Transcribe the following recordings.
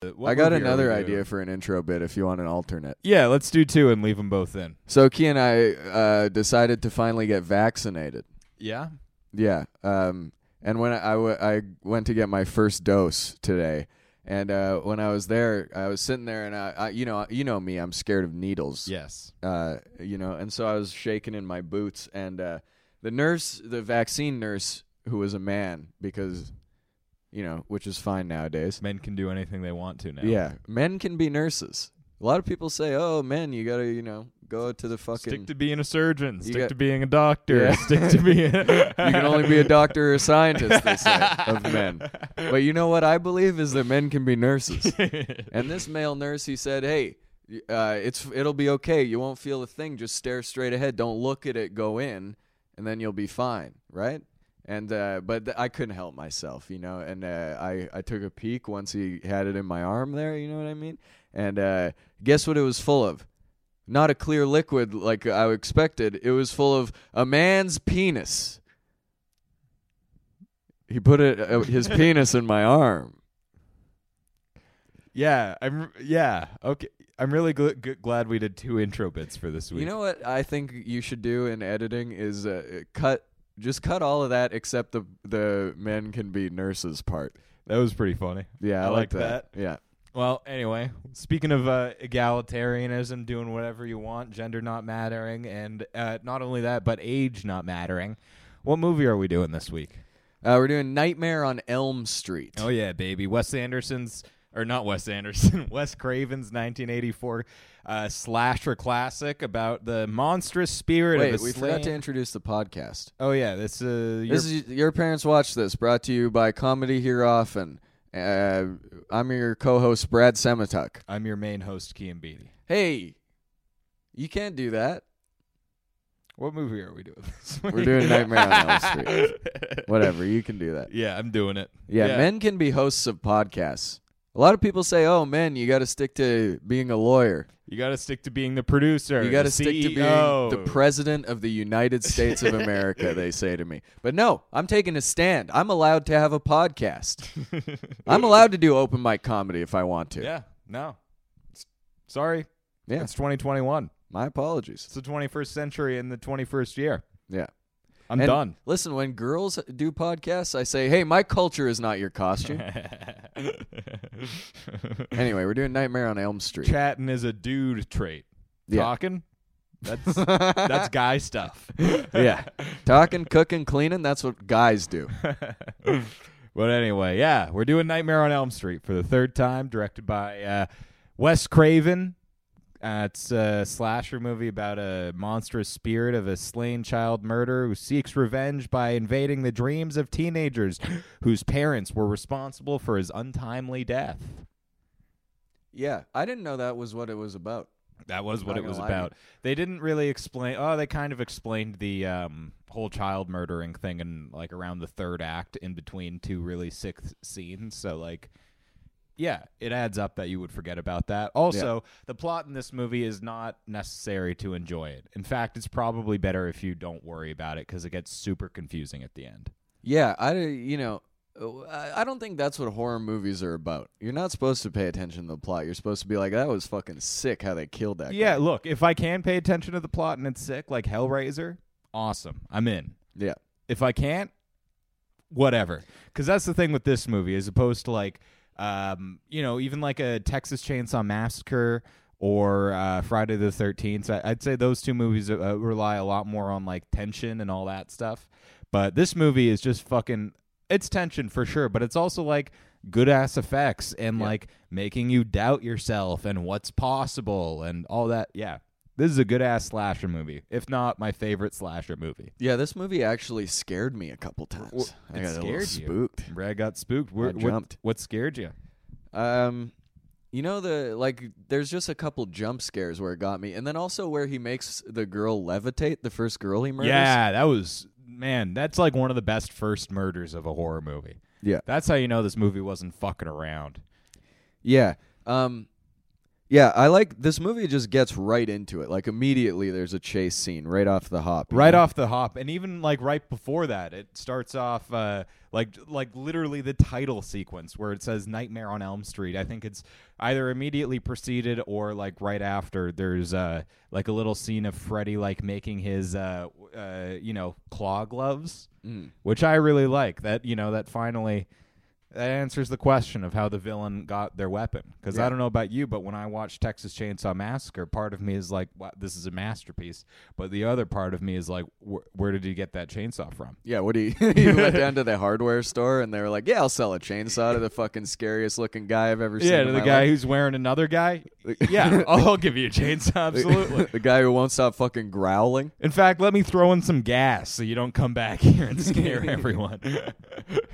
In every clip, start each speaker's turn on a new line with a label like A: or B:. A: Uh, What
B: I got
A: movie are we
B: another
A: doing?
B: idea for an intro bit if you want an alternate.
A: Yeah, let's do two and leave them both in.
B: So Key and I uh, decided to finally get vaccinated.
A: Yeah.
B: Yeah. Um, and when I, I, w- I went to get my first dose today, and uh, when I was there, I was sitting there, and I, I you know you know me, I'm scared of needles.
A: Yes.
B: uh, you know, and so I was shaking in my boots. And uh, the nurse, the vaccine nurse, who was a man, because, you know, which is fine nowadays.
A: Men can do anything they want to now.
B: Yeah, men can be nurses. A lot of people say, "Oh, men, you gotta, you know, go to the fucking."
A: Stick to being a surgeon. Stick
B: got-
A: to being a doctor.
B: Yeah.
A: Stick to being.
B: you can only be a doctor or a scientist, they say, of men. But you know what I believe is that men can be nurses. And this male nurse, he said, "Hey, y- uh, it's it'll be okay. You won't feel a thing. Just stare straight ahead. Don't look at it. Go in, and then you'll be fine, right?" And uh, but th- I couldn't help myself, you know. And uh, I I took a peek once he had it in my arm there. You know what I mean? And uh, guess what it was full of? Not a clear liquid like I expected. It was full of a man's penis. He put it uh, his penis in my arm.
A: yeah. I'm. Yeah. Okay. I'm really gl- g- glad we did two intro bits for this week.
B: You know what I think you should do in editing is uh, cut just cut all of that except the the men can be nurses part.
A: that was pretty funny.
B: Yeah, I,
A: I
B: like
A: like
B: that. Yeah.
A: Well, anyway, speaking of uh, egalitarianism, doing whatever you want, gender not mattering, and uh, not only that, but age not mattering. What movie are we doing this week?
B: Uh, we're doing Nightmare on Elm Street.
A: Oh yeah, baby. Wes Anderson's or not Wes Anderson, Wes Craven's 1984 uh, slasher classic about the monstrous spirit
B: Wait,
A: of a
B: we forgot to
A: slain-
B: introduce the podcast.
A: Oh yeah, this, uh, your-
B: This is your parents watch this. Brought to you by Comedy Here Often. Uh, I'm your co-host Brad Semituk.
A: I'm your main host, Kean Beatty.
B: Hey, you can't do that.
A: What movie are we doing? This
B: We're
A: week?
B: doing Nightmare on Elm Street. Whatever, you can do that.
A: Yeah, I'm doing it.
B: Yeah, men can be hosts of podcasts. A lot of people say, "Oh, men, you got to stick to being a lawyer.
A: You got to stick to being the E producer.
B: You
A: got to
B: stick to being the president of the United States of America." they say to me. But no, I'm taking a stand. I'm allowed to have a podcast. I'm allowed to do open mic comedy if I want to.
A: Yeah, no. It's- sorry.
B: Yeah.
A: It's 2021.
B: My apologies.
A: It's the 21st century and the 21st year.
B: Yeah.
A: I'm
B: And
A: done.
B: Listen, when girls do podcasts, I say, "Hey, my culture is not your costume." anyway, we're doing Nightmare on Elm Street.
A: Chatting is a dude trait.
B: Yeah.
A: Talking, that's that's guy stuff.
B: yeah. Talking, cooking, cleaning, that's what guys do.
A: but anyway, yeah, we're doing Nightmare on Elm Street for the third time, directed by uh, Wes Craven. Uh, it's a slasher movie about a monstrous spirit of a slain child murderer who seeks revenge by invading the dreams of teenagers whose parents were responsible for his untimely death.
B: Yeah, I didn't know that was what it was about.
A: That was what
B: Not
A: it
B: gonna
A: was
B: lie to you.
A: about. They didn't really explain. Oh, they kind of explained the um, whole child murdering thing in like around the third act, in between two really sick th- scenes. So like, yeah, it adds up that you would forget about that. Also, the plot in this movie is not necessary to enjoy it. In fact, it's probably better if you don't worry about it because it gets super confusing at the end.
B: Yeah, I you know, I I don't think that's what horror movies are about. You're not supposed to pay attention to the plot. You're supposed to be like, that was fucking sick how they killed that. guy."
A: Yeah, look, if I can pay attention to the plot and it's sick, like Hellraiser, awesome, I'm in.
B: yeah,
A: if I can't, whatever. Because that's the thing with this movie, as opposed to like, um, you know, even like a Texas Chainsaw Massacre or uh, Friday the Thirteenth. I'd say those two movies uh, rely a lot more on like tension and all that stuff. But this movie is just fucking. It's tension for sure, but it's also like good ass effects and
B: Yeah.
A: like making you doubt yourself and what's possible and all that. Yeah. This is a good ass slasher movie, if not my favorite slasher movie.
B: yeah. This movie actually scared me a couple times.
A: Well,
B: I
A: it
B: got a little
A: scared you.
B: spooked.
A: Brad got spooked. Where-
B: I jumped.
A: What, what scared you?
B: Um, you know the like. There's just a couple jump scares where it got me, and then also where he makes the girl levitate. The first girl he murders.
A: Yeah, that was man. That's like one of the best first murders of a horror movie.
B: Yeah.
A: That's how you know this movie wasn't fucking around.
B: Yeah. Um Yeah, I like this movie. Just gets right into it. Like immediately, there's a chase scene right off the hop. you
A: right
B: know?
A: off the hop and even like right before that it starts off uh like like literally the title sequence where it says nightmare on elm street i think it's either immediately preceded or like right after there's uh like a little scene of freddy like making his uh w- uh you know claw gloves which i really like that you know that finally that answers the question of how the villain got their weapon because i
B: Yeah.
A: don't know about you but when i watch texas chainsaw massacre part of me is like wow, this is a masterpiece but the other part of me is like wh- where did you get that chainsaw from
B: Yeah, what do you, you went down to the hardware store and they were like, "Yeah, I'll sell a chainsaw to the fucking scariest looking guy I've ever seen."
A: yeah
B: in
A: to the
B: my
A: guy
B: life."
A: who's wearing another guy yeah i'll give you a chainsaw absolutely
B: the guy who won't stop fucking growling.
A: in fact let me throw in some gas so you don't come back here and scare everyone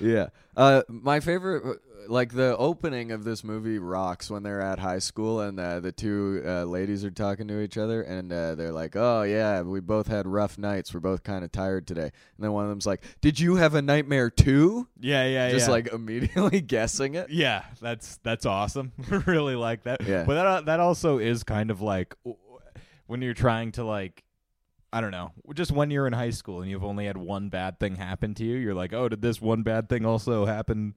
B: Yeah. Uh, my favorite, like the opening of this movie rocks when they're at high school and uh, the two uh, ladies are talking to each other and uh, they're like, oh, yeah, we both had rough nights. We're both kind of tired today. And then one of them's like, did you have a nightmare too?
A: yeah yeah
B: Just
A: yeah.
B: like immediately guessing it.
A: Yeah, that's that's awesome. really like that.
B: Yeah.
A: But that that also is kind of like w- when you're trying to like I don't know, just when you're in high school and you've only had one bad thing happen to you, you're like, "Oh, did this one bad thing also happen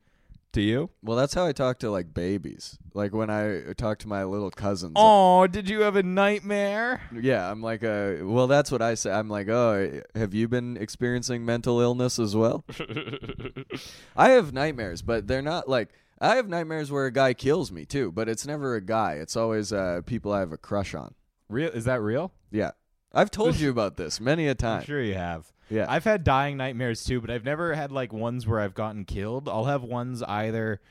A: to you?"
B: Well, that's how I talk to like babies. Like when I talk to my little cousins.
A: Oh, did you have a nightmare?
B: Yeah, I'm like, uh, well, that's what I say. I'm like, oh, have you been experiencing mental illness as well? I have nightmares, but they're not like I have nightmares where a guy kills me too, but it's never a guy. It's always uh, people I have a crush on.
A: Real is that real?
B: Yeah, I've told you about this many a
A: I'm
B: time.
A: sure you have.
B: Yeah.
A: I've had dying nightmares too, but I've never had like ones where I've gotten killed. I'll have ones either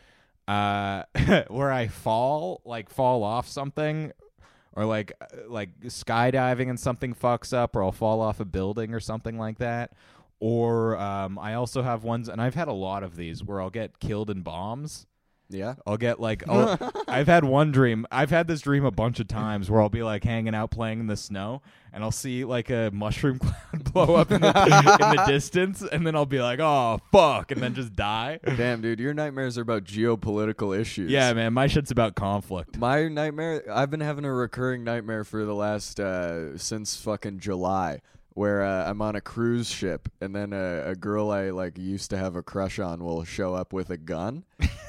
A: uh where I fall, like fall off something or like uh, like skydiving and something fucks up or I'll fall off a building or something like that. Or um I also have ones and I've had a lot of these where I'll get killed in bombs.
B: Yeah,
A: I'll get like i I've had one dream. I've had this dream a bunch of times where I'll be like hanging out playing in the snow and I'll see like a mushroom cloud blow up in the, in the distance and then I'll be like, "Oh, fuck," and then just die.
B: damn, dude, your nightmares are about geopolitical issues.
A: Yeah, man, my shit's about conflict.
B: My nightmare, I've been having a recurring nightmare for the last, uh, since fucking July, where uh, I'm on a cruise ship and then a, a girl I like used to have a crush on will show up with a gun.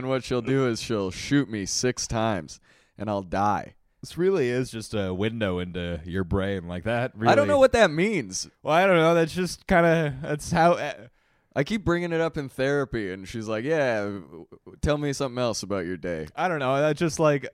B: and what she'll do is she'll shoot me six times and I'll die.
A: This really is just a window into your brain like that. Really.
B: I don't know what that means.
A: Well, I don't know. That's just kind of that's how uh,
B: I keep bringing it up in therapy and she's like, yeah, w- w- tell me something else about your day.
A: I don't know. That's just like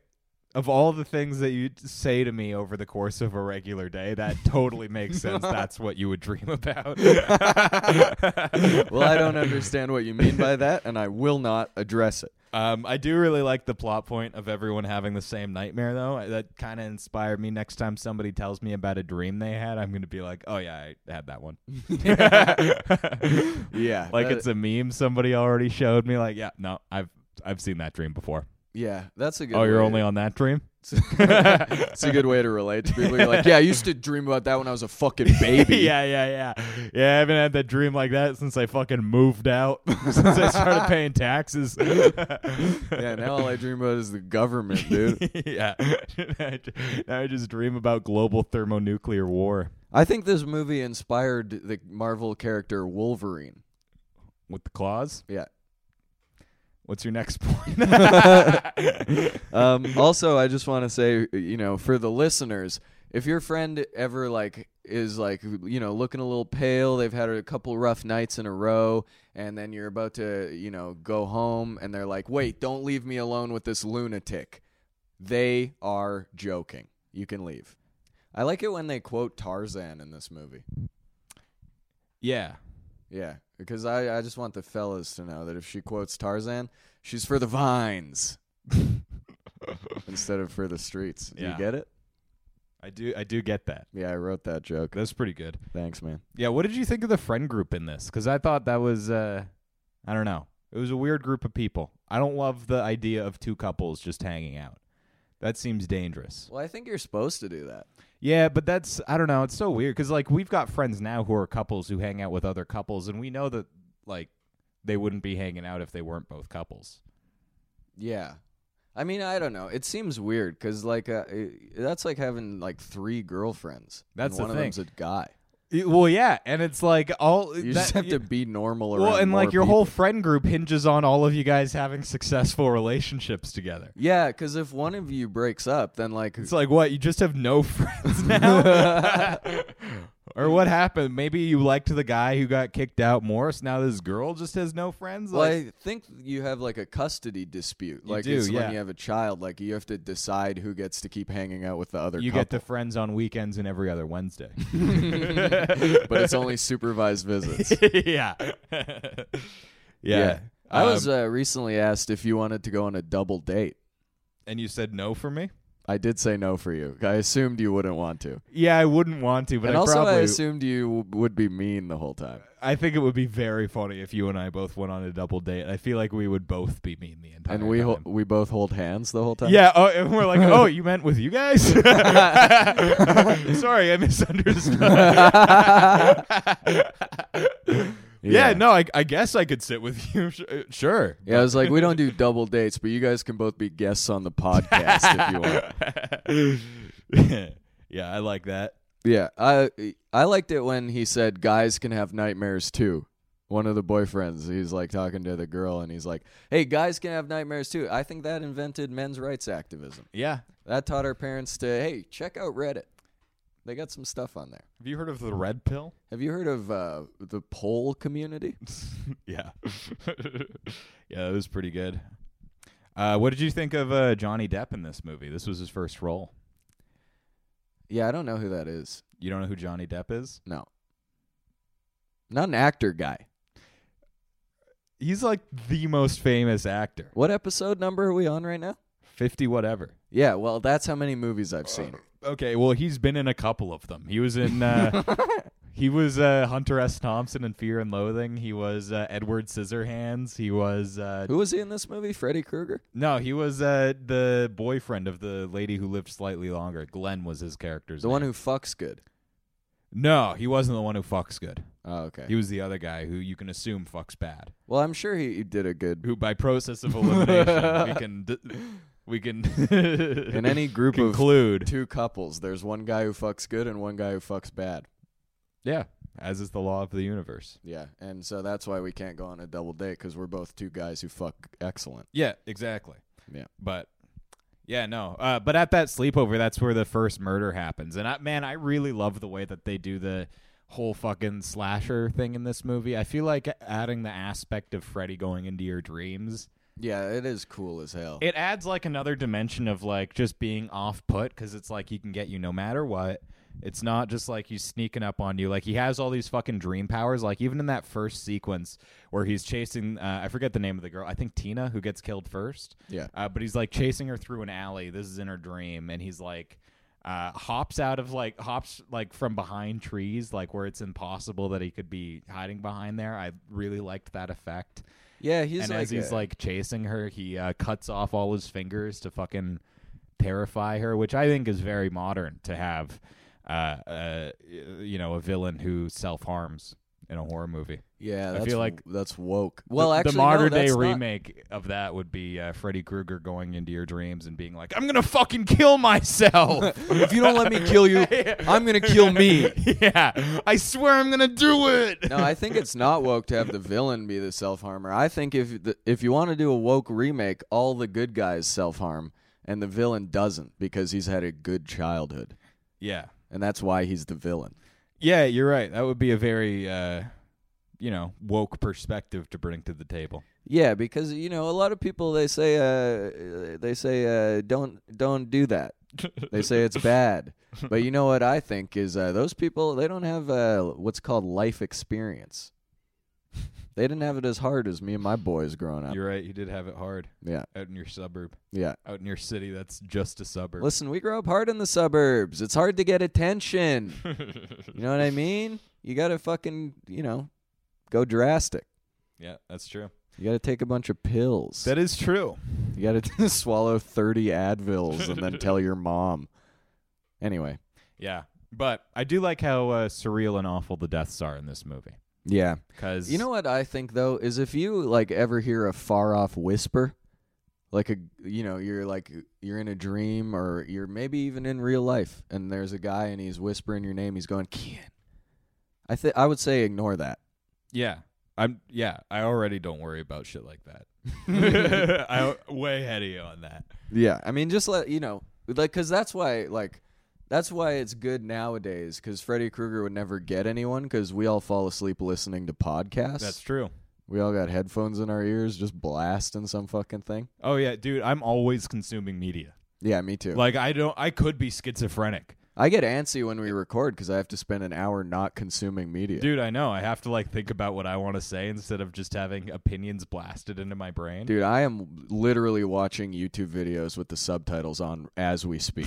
A: of all the things that you say to me over the course of a regular day, that totally makes sense. That's what you would dream about.
B: Well, I don't understand what you mean by that and I will not address it.
A: Um, I do really like the plot point of everyone having the same nightmare, though. That kind of inspired me. Next time somebody tells me about a dream they had, I'm going to be like, "Oh yeah, I had that one."
B: Yeah.
A: like
B: that-
A: it's a meme somebody already showed me. Like, yeah, no, I've I've seen that dream before.
B: Yeah, that's a good.
A: oh, you're
B: way-
A: only on that dream.
B: it's a good way to relate to people. You're like, yeah, I used to dream about that when I was a fucking baby.
A: yeah, yeah, yeah. Yeah, I haven't had that dream like that since I fucking moved out, since I started paying taxes.
B: yeah. Now all I dream about is the government, dude.
A: yeah. now I just dream about global thermonuclear war
B: I think this movie inspired the Marvel character Wolverine.
A: with the claws.
B: Yeah.
A: What's your next point?
B: Um, also, I just want to say, you know, for the listeners, if your friend ever like is like, you know, looking a little pale, they've had a couple rough nights in a row, and then you're about to, you know, go home, and they're like, "Wait, don't leave me alone with this lunatic." They are joking. You can leave. I like it when they quote Tarzan in this movie.
A: yeah.
B: Yeah, because I, I just want the fellas to know that if she quotes Tarzan, she's for the vines instead of for the streets. Do
A: Yeah.
B: you get it?
A: I do I do get that.
B: Yeah, I wrote that joke.
A: That's pretty good.
B: Thanks, man.
A: Yeah, what did you think of the friend group in this? Because I thought that was, uh, I don't know, it was a weird group of people. I don't love the idea of two couples just hanging out. That seems dangerous.
B: Well, I think you're supposed to do that.
A: Yeah, but that's, I don't know, it's so weird because, like, we've got friends now who are couples who hang out with other couples, and we know that, like, they wouldn't be hanging out if they weren't both couples.
B: Yeah. I mean, I don't know. It seems weird because like uh, it- that's like having like three girlfriends. and
A: That's the
B: one of
A: thing.
B: them's a guy.
A: Y- Well, yeah, and it's like all
B: You
A: that-
B: just have to be normal around.
A: Well, and like
B: more
A: your whole
B: people.
A: friend group hinges on all of you guys having successful relationships together.
B: yeah, because if one of you breaks up, then like
A: It's like what you just have no friends now, or what happened? Maybe you liked the guy who got kicked out more, so now this girl just has no friends.
B: Well,
A: Like,
B: I think you have like a custody dispute. like
A: do,
B: it's
A: yeah.
B: when you have a child, like you have to decide who gets to keep hanging out with the other.
A: you get
B: couple.
A: to friends on weekends and every other Wednesday.
B: but it's only supervised visits.
A: yeah. yeah,
B: I was
A: Um,
B: uh, recently asked if you wanted to go on a double date. uh,
A: and you said no for me.
B: I did say no for you. I assumed you wouldn't want to,
A: Yeah, I wouldn't want to, but
B: and
A: I
B: also
A: probably
B: I assumed you w- would be mean the whole time.
A: I think it would be very funny if you and I both went on a double date. I feel like we would both be mean the entire
B: And we
A: time.
B: ho- we both hold hands the whole time.
A: yeah, oh, and we're like, oh, you meant with you guys? Sorry, I misunderstood. yeah.
B: Yeah.
A: no, I, I guess I could sit with you. Sh- uh, Sure.
B: Yeah, I was like, we don't do double dates, but you guys can both be guests on the podcast if you want.
A: yeah, I like that.
B: Yeah, I I liked it when he said guys can have nightmares too. One of the boyfriends, he's like talking to the girl, and he's like, "Hey, guys can have nightmares too." I think that invented men's rights activism.
A: Yeah.
B: That taught our parents to, "Hey, check out Reddit. They got some stuff on there."
A: Have you heard of the red pill?
B: Have you heard of uh, the poll community?
A: yeah. yeah, that was pretty good. Uh, what did you think of uh, Johnny Depp in this movie? This was his first role.
B: Yeah, I don't know who that is.
A: You don't know who Johnny Depp is?
B: No, not an actor guy.
A: He's like the most famous actor.
B: What episode number are we on right now?
A: 50 whatever.
B: Yeah, well, that's how many movies I've seen.
A: Okay, well, he's been in a couple of them. He was in uh, he was uh, Hunter S. Thompson in Fear and Loathing. He was uh, Edward Scissorhands. He was uh,
B: Who was he in this movie? Freddy Krueger.
A: no, he was uh, the boyfriend of the lady who lived slightly longer. Glenn was his character's
B: The
A: name.
B: one who fucks good.
A: No, he wasn't the one who fucks good.
B: Oh, okay.
A: He was the other guy who you can assume fucks bad.
B: well, I'm sure he, he did a good.
A: Who, by process of elimination, we can d- we can
B: In any group
A: conclude.
B: of two couples, there's one guy who fucks good and one guy who fucks bad.
A: yeah, as is the law of the universe.
B: Yeah, and so that's why we can't go on a double date because we're both two guys who fuck excellent.
A: Yeah, exactly.
B: Yeah.
A: but yeah, no. Uh, but at that sleepover, that's where the first murder happens. And I, man, I really love the way that they do the whole fucking slasher thing in this movie. I feel like adding the aspect of Freddy going into your dreams
B: Yeah, it is cool as hell.
A: it adds like another dimension of like just being off put because it's like he can get you no matter what. It's not just like he's sneaking up on you. Like he has all these fucking dream powers. Like even in that first sequence where he's chasing, uh, I forget the name of the girl. I think Tina, who gets killed first.
B: Yeah.
A: Uh, but he's like chasing her through an alley. This is in her dream, and he's like. Uh, hops out of like hops like from behind trees like where it's impossible that he could be hiding behind there i really liked that effect
B: yeah, he's
A: and
B: like,
A: as he's
B: a-
A: like chasing her, he uh, cuts off all his fingers to fucking terrify her, which I think is very modern to have, uh, uh, you know, a villain who self harms in a horror movie.
B: yeah, that's,
A: feel like
B: that's woke. Well,
A: the,
B: actually,
A: the
B: no,
A: modern day
B: that's not-
A: remake of that would be uh, Freddy Krueger going into your dreams and being like, "I'm gonna fucking kill myself."
B: If you don't let me kill you, I'm gonna kill me.
A: yeah, I swear I'm gonna do it.
B: No, I think it's not woke to have the villain be the self harmer. I think if the, if you want to do a woke remake, all the good guys self harm and the villain doesn't because he's had a good childhood
A: yeah.
B: and that's why he's the villain.
A: Yeah, you're right. That would be a very, uh, you know, woke perspective to bring to the table.
B: Yeah, because you know a lot of people they say uh, they say uh, don't don't do that. They say it's bad, but you know what I think is uh, those people they don't have uh, what's called life experience. They didn't have it as hard as me and my boys growing up.
A: You're right. You did have it hard
B: yeah,
A: out in your suburb,
B: yeah.
A: out in your city. That's just a suburb.
B: Listen, we grow up hard in the suburbs. It's hard to get attention. you know what I mean? You got to fucking, you know, go drastic.
A: yeah, that's true.
B: You got to take a bunch of pills.
A: That is true.
B: you got to swallow 30 Advils and then tell your mom. Anyway,
A: Yeah, but I do like how uh, surreal and awful the deaths are in this movie.
B: yeah.
A: Because
B: You know what I think though is if you like ever hear a far off whisper, like a you know you're like you're in a dream or you're maybe even in real life and there's a guy and he's whispering your name he's going Kian I think I would say ignore that
A: Yeah. I'm yeah, I already don't worry about shit like that. I way ahead of you on that.
B: yeah I mean just let you know like cuz that's why like that's why it's good nowadays cuz Freddy Krueger would never get anyone cuz we all fall asleep listening to podcasts
A: That's true.
B: we all got headphones in our ears just blasting some fucking thing
A: Oh yeah, dude, I'm always consuming media.
B: yeah me too
A: Like I don't I could be schizophrenic.
B: I get antsy when we record because I have to spend an hour not consuming media. Dude,
A: Dude, I know. I have to like think about what I want to say instead of just having opinions blasted into my brain.
B: I am literally watching YouTube videos with the subtitles on as we speak.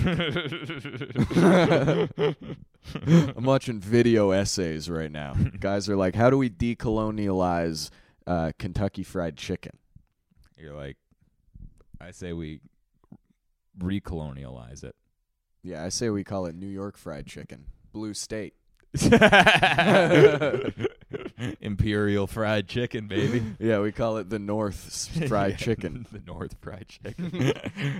B: I'm watching video essays right now. Guys are like, how do we decolonialize uh, Kentucky Fried Chicken?
A: You're like I say we recolonialize it.
B: Yeah, I say we call it New York Fried Chicken. Blue State.
A: Imperial fried chicken, baby.
B: Yeah, we call it the North Fried Chicken.
A: the North fried chicken.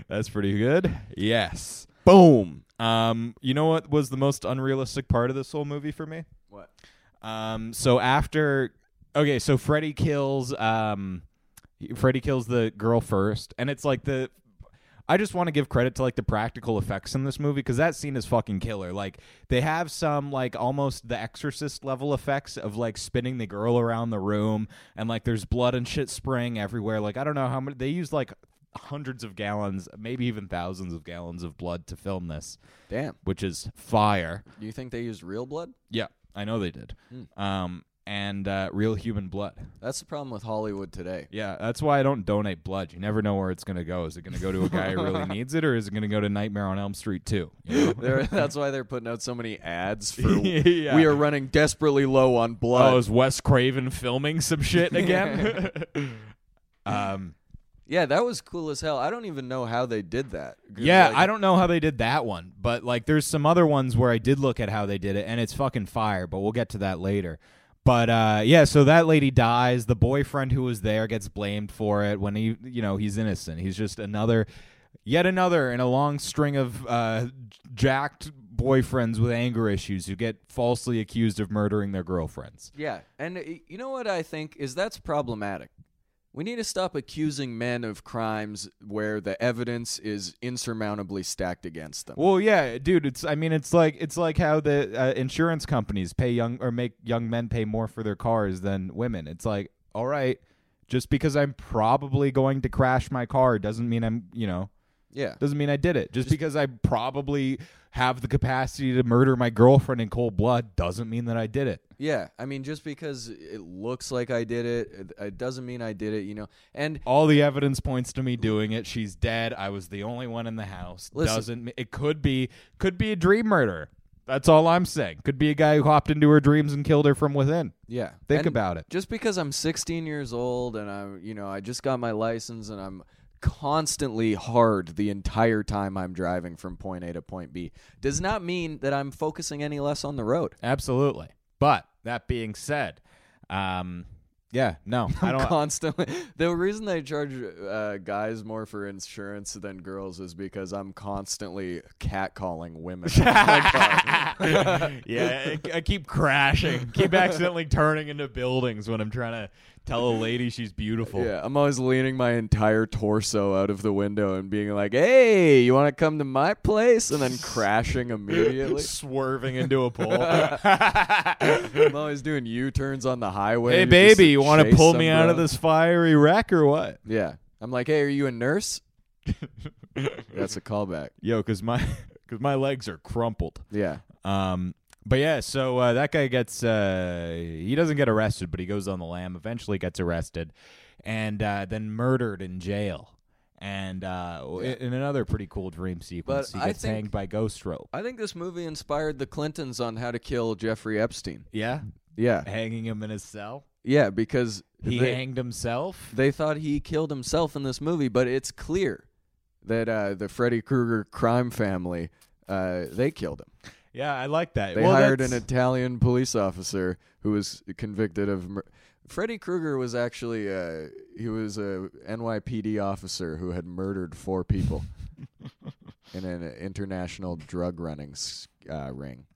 A: That's pretty good. Yes.
B: Boom.
A: Um, you know what was the most unrealistic part of this whole movie for me?
B: What?
A: Um, so after, okay, so Freddy kills, um, Freddy kills the girl first, and it's like the. I just want to give credit to like the practical effects in this movie because that scene is fucking killer. Like they have some like almost the Exorcist level effects of like spinning the girl around the room and like there's blood and shit spraying everywhere. Like I don't know how many they used like hundreds of gallons, maybe even thousands of gallons of blood to film this,
B: Damn.
A: which is fire.
B: Do you think they used real blood?
A: Yeah, I know they did. Um, and uh, real human blood.
B: That's the problem with Hollywood today.
A: Yeah, that's why I don't donate blood. You never know where it's gonna go. Is it gonna go to a guy who really needs it, or is it gonna go to Nightmare on Elm Street too?
B: They're, that's why they're putting out so many ads for.
A: Yeah.
B: We are running desperately low on blood.
A: Oh, is Wes Craven filming some shit again? um,
B: yeah, that was cool as hell. I don't even know how they did that. 'Cause,
A: yeah,
B: like,
A: I don't know how they did that one, but like, there's some other ones where I did look at how they did it, and it's fucking fire. But we'll get to that later. But uh, yeah, so that lady dies. The boyfriend who was there gets blamed for it when he, you know, he's innocent. He's just another, yet another in a long string of uh, jacked boyfriends with anger issues who get falsely accused of murdering their girlfriends.
B: Yeah, and uh, you know what I think is that's problematic. We need to stop accusing men of crimes where the evidence is insurmountably stacked against them.
A: Well, yeah, dude. It's I mean, it's like it's like how the uh, insurance companies pay young or make young men pay more for their cars than women. It's like, all right, just because I'm probably going to crash my car doesn't mean I'm, you know,
B: yeah,
A: doesn't mean I did it. Just, because I probably have the capacity to murder my girlfriend in cold blood doesn't mean that I did it.
B: yeah. I mean, just because it looks like I did it, it, it doesn't mean I did it. You know, and
A: All the evidence points to me doing it. She's dead. I was the only one in the house.
B: Listen-
A: Doesn't it could be could be a dream murderer. That's all I'm saying. Could be a guy who hopped into her dreams and killed her from within.
B: yeah,
A: Think
B: and-
A: about it.
B: just because I'm 16 years old and I'm, you know, I just got my license and I'm constantly hard the entire time I'm driving from point A to point B does not mean that I'm focusing any less on the road.
A: Absolutely. But that being said, um, yeah, no, I don't.
B: Constantly, the reason they charge uh, guys more for insurance than girls is because I'm constantly catcalling women.
A: yeah, I, I keep crashing, keep accidentally turning into buildings when I'm trying to tell a lady she's beautiful.
B: yeah, I'm always leaning my entire torso out of the window and being like, "Hey, you want to come to my place?" and then crashing immediately.
A: Swerving into a pole.
B: I'm always doing U turns on the highway.
A: hey,
B: You're just
A: baby, you want to
B: chase
A: pull me out of
B: somebody.
A: this fiery wreck or what?
B: Yeah. I'm like, hey, are you a nurse? That's a callback.
A: Yo, because my, cause my legs are crumpled.
B: Yeah.
A: Um, but yeah, so uh, that guy gets uh, he doesn't get arrested, but he goes on the lam. Eventually, gets arrested, and uh, then murdered in jail. And uh, w- in another pretty cool dream sequence,
B: But
A: he
B: I
A: gets
B: think-
A: hanged by ghost rope.
B: I think this movie inspired the Clintons on how to kill Jeffrey Epstein.
A: Yeah,
B: Yeah.
A: hanging him in his cell.
B: Yeah, because
A: He
B: they,
A: hanged himself.
B: they thought he killed himself in this movie, but it's clear that uh, the Freddy Krueger crime family, uh, they killed him.
A: Yeah, I like that.
B: They
A: well,
B: hired an
A: that's-
B: Italian police officer who was convicted of mur- Freddy Krueger was actually uh, he was a NYPD officer who had murdered four people in an international drug running s- uh, ring.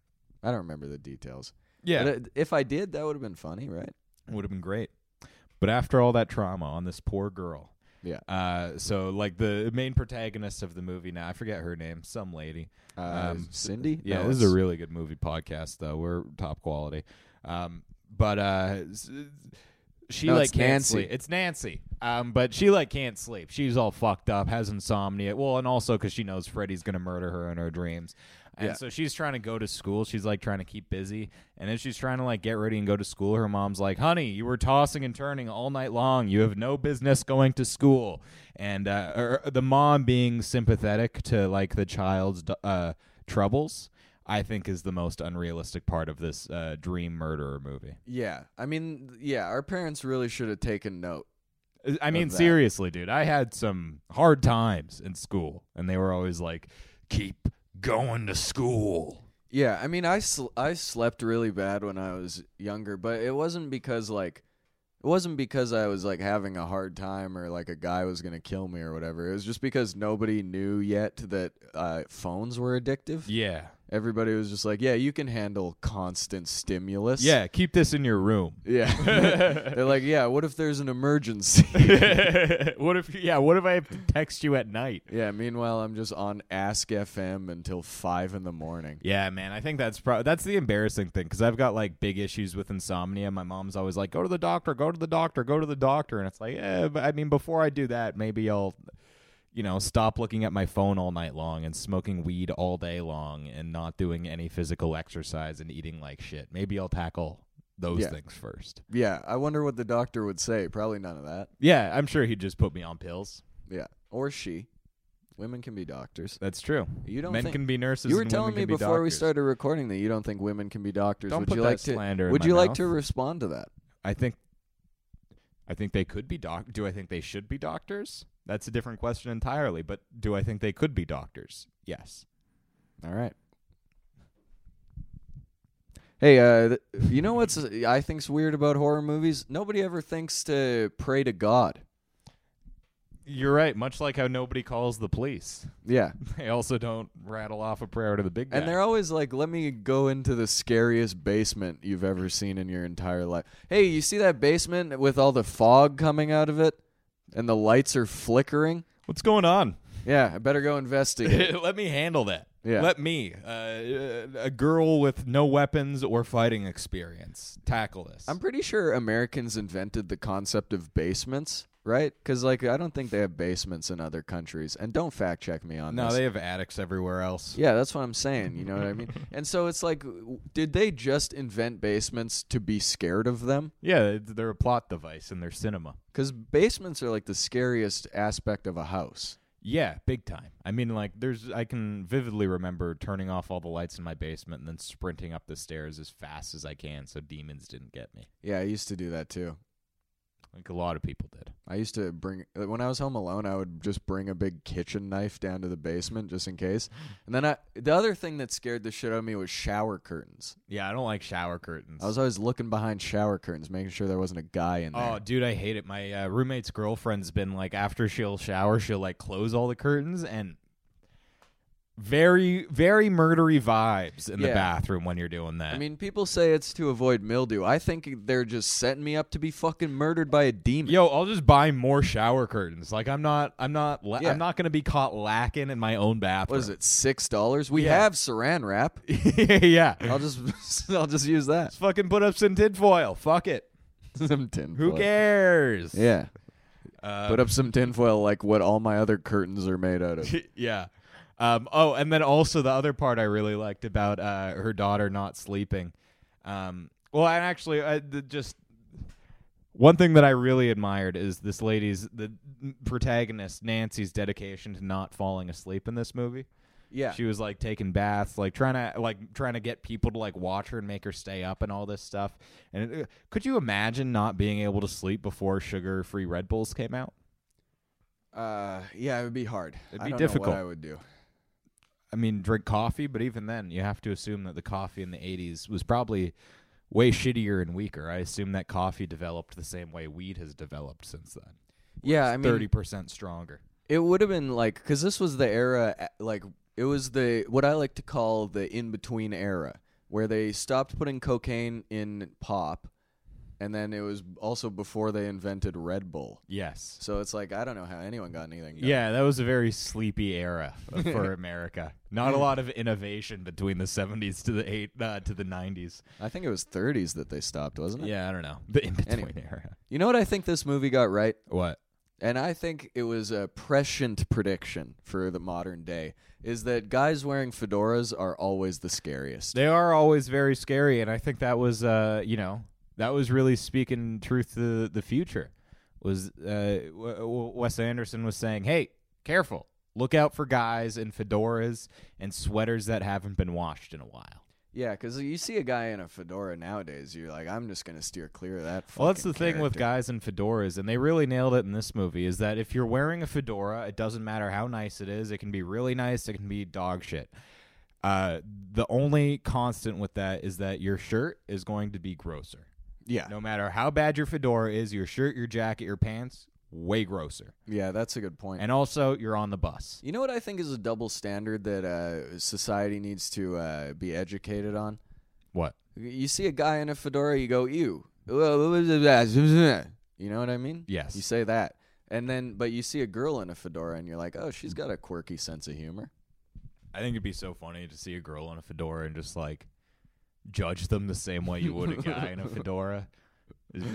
B: I don't remember the details.
A: Yeah,
B: But, uh, if I did, that would have been funny, right?
A: would have been great. But after all that trauma on this poor girl,
B: Yeah.
A: Uh, so like the main protagonist of the movie now, I forget her name, some lady.
B: Uh,
A: Um,
B: Cindy.
A: Yeah,
B: No,
A: this is a
B: it's-
A: really good movie podcast though. We're top quality. Um, but uh, s- she
B: No,
A: like
B: it's
A: can't
B: Nancy.
A: sleep. It's Nancy. Um, but she like can't sleep. She's all fucked up, has insomnia. Well, and also because she knows Freddy's gonna murder her in her dreams. And
B: Yeah.
A: so she's trying to go to school. She's like trying to keep busy. And as she's trying to like get ready and go to school, her mom's like, "Honey, you were tossing and turning all night long. You have no business going to school." And uh, er, the mom being sympathetic to like the child's uh, troubles, I think, is the most unrealistic part of this uh, dream murderer movie.
B: Yeah, I mean, yeah, our parents really should have taken note.
A: Uh, I mean,
B: that.
A: seriously, dude, I had some hard times in school, and they were always like, keep going to school.
B: Yeah, I mean, I sl- I slept really bad when I was younger, but it wasn't because like it wasn't because I was like having a hard time or like a guy was gonna kill me or whatever. It was just because nobody knew yet that uh, phones were addictive.
A: Yeah.
B: Everybody was just like, yeah, you can handle constant stimulus.
A: Yeah, keep this in your room.
B: yeah. They're like, yeah, what if there's an emergency?
A: what if, yeah, what if I have to text you at night?
B: yeah. Meanwhile, I'm just on Ask FM until five in the morning.
A: Yeah, man, I think that's pro- that's the embarrassing thing because I've got like big issues with insomnia. My mom's always like, "Go to the doctor, go to the doctor, go to the doctor," and it's like, eh, but I mean, before I do that, maybe I'll, you know, stop looking at my phone all night long and smoking weed all day long and not doing any physical exercise and eating like shit. Maybe I'll tackle those
B: Yeah.
A: things first.
B: Yeah, I wonder what the doctor would say. Probably none of that.
A: Yeah, I'm sure he'd just put me on pills.
B: Yeah, or she. Women can be doctors.
A: That's true.
B: You don't
A: Men
B: think
A: can be nurses.
B: you were
A: and
B: telling
A: women
B: me
A: can be
B: before we
A: doctors.
B: started recording that you don't think women can be doctors.
A: Don't
B: would
A: put
B: you
A: that
B: like to?
A: slander in
B: Would
A: my
B: you like
A: mouth.
B: to respond to that?
A: I think I think they could be doc do I think they should be doctors? That's a different question entirely, but do I think they could be doctors? Yes.
B: All right. Hey, uh, th- you know what's uh, I think's weird about horror movies? Nobody ever thinks to pray to God.
A: You're right, much like how nobody calls the police.
B: Yeah,
A: They also don't rattle off a prayer to the big guy.
B: and they're always like, "Let me go into the scariest basement you've ever seen in your entire life." Hey, you see that basement with all the fog coming out of it, and the lights are flickering?
A: What's going on?
B: Yeah, I better go investigate.
A: Let me handle that.
B: Yeah.
A: Let me, uh, uh, a girl with no weapons or fighting experience, tackle this.
B: I'm pretty sure Americans invented the concept of basements, right? Because like I don't think they have basements in other countries. And don't fact check me on
A: no,
B: this.
A: they have addicts everywhere else.
B: yeah, that's what I'm saying. You know what I mean? And so it's like, w- did they just invent basements to be scared of them?
A: Yeah, it's- they're a plot device in their cinema.
B: Because basements are like the scariest aspect of a house.
A: Yeah, big time. I mean, like, there's, I can vividly remember turning off all the lights in my basement and then sprinting up the stairs as fast as I can so demons didn't get me.
B: Yeah, I used to do that too.
A: Like, a lot of people did.
B: I used to bring like, when I was home alone. I would just bring a big kitchen knife down to the basement just in case. And then I, the other thing that scared the shit out of me was shower curtains.
A: Yeah, I don't like shower curtains.
B: I was always looking behind shower curtains, making sure there wasn't a guy in there.
A: Oh, dude, I hate it. My uh, roommate's girlfriend's been like, after she'll shower, she'll like close all the curtains and very, very murdery vibes in the
B: Yeah.
A: bathroom when you're doing that.
B: I mean, people say it's to avoid mildew. I think they're just setting me up to be fucking murdered by a demon.
A: Yo, I'll just buy more shower curtains. Like I'm not, I'm not, la-
B: Yeah.
A: I'm not gonna be caught lacking in my own bathroom.
B: what is it? Six dollars? We
A: Yeah.
B: have Saran wrap.
A: yeah,
B: I'll just, I'll just use that.
A: Let's fucking put up some tinfoil. Fuck it.
B: some tinfoil.
A: Who cares?
B: Yeah.
A: Uh,
B: Put up some tinfoil like what all my other curtains are made out of.
A: yeah. Um, oh, and then also the other part I really liked about uh, her daughter not sleeping. Um, well, and actually, uh, the, just one thing that I really admired is this lady's, the protagonist Nancy's dedication to not falling asleep in this movie.
B: Yeah.
A: She was like taking baths, like trying to like trying to get people to like watch her and make her stay up and all this stuff. And it, could you imagine not being able to sleep before sugar-free Red Bulls came out?
B: Uh, yeah, it would be hard.
A: It'd
B: I
A: be
B: don't know what
A: difficult.
B: I would do.
A: I mean, drink coffee, but even then, you have to assume that the coffee in the '80s was probably way shittier and weaker. I assume that coffee developed the same way weed has developed since then.
B: Yeah, I mean,
A: Thirty percent stronger.
B: it would have been like because this was the era, uh, like it was the what I like to call the in between era, where they stopped putting cocaine in pop, and then it was also before they invented Red Bull.
A: Yes.
B: So it's like I don't know how anyone got anything. done.
A: Yeah, that was a very sleepy era for America. Not a lot of innovation between the 70s to the eight uh, to the 90s.
B: I think it was 30s that they stopped, wasn't it?
A: Yeah, I don't know. The in between
B: Anyway.
A: era.
B: You know what I think this movie got right?
A: What?
B: and I think it was a prescient prediction for the modern day is that guys wearing fedoras are always the scariest.
A: They are always very scary, and I think that was, uh, you know, that was really speaking truth to the future. Was uh, w- w- Wes Anderson was saying, "Hey, careful, look out for guys in fedoras and sweaters that haven't been washed in a while."
B: Yeah, because you see a guy in a fedora nowadays, you're like, I'm just gonna steer clear of that.
A: Well, that's the
B: fucking
A: thing with
B: character."
A: guys in fedoras, and they really nailed it in this movie, is that if you're wearing a fedora, it doesn't matter how nice it is. It can be really nice, it can be dog shit. Uh, the only constant with that is that your shirt is going to be grosser.
B: Yeah,
A: No matter how bad your fedora is, your shirt, your jacket, your pants, way grosser.
B: yeah, that's a good point.
A: And also, you're on the bus.
B: you know what I think is a double standard that uh, society needs to uh, be educated on.
A: What?
B: You see a guy in a fedora, you go, ew. You know what I mean?
A: Yes.
B: You say that. And then, but you see a girl in a fedora and you're like, oh, she's got a quirky sense of humor.
A: I think it'd be so funny to see a girl in a fedora and just like judge them the same way you would a guy in a fedora. It's-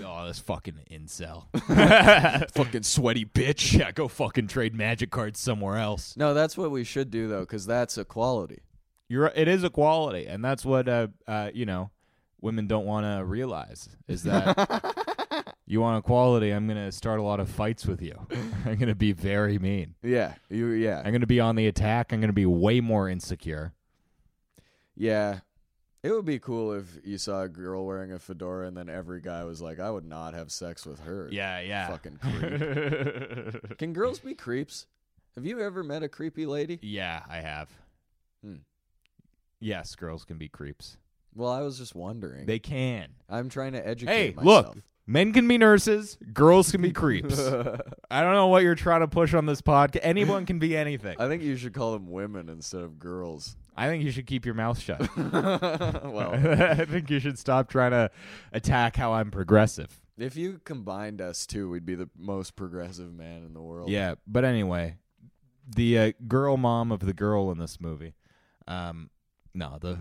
A: Oh, this fucking incel.
B: Fucking sweaty
A: bitch. Yeah, go fucking trade magic cards somewhere else.
B: No, that's what we should do, though, because that's equality.
A: You're it is equality, and that's what uh, uh you know women don't want to realize is that you want equality. I'm gonna start a lot of fights with you. I'm gonna be very mean.
B: Yeah. You, yeah.
A: I'm gonna be on the attack. I'm gonna be way more insecure.
B: Yeah. It would be cool if you saw a girl wearing a fedora and then every guy was like, I would not have sex with her.
A: Yeah, yeah.
B: Fucking creep. Can girls be creeps? Have you ever met a creepy lady?
A: yeah, I have.
B: Hmm.
A: Yes, girls can be creeps.
B: Well, I was just wondering.
A: They can.
B: I'm trying to educate
A: Hey,
B: myself.
A: look, men can be nurses, girls can be creeps. I don't know what you're trying to push on this podcast. Anyone can be anything.
B: I think you should call them women instead of girls.
A: I think you should keep your mouth shut.
B: well,
A: I think you should stop trying to attack how I'm progressive.
B: if you combined us two, we'd be the most progressive man in the world.
A: Yeah, but anyway, the uh, girl mom of the girl in this movie, um, no, the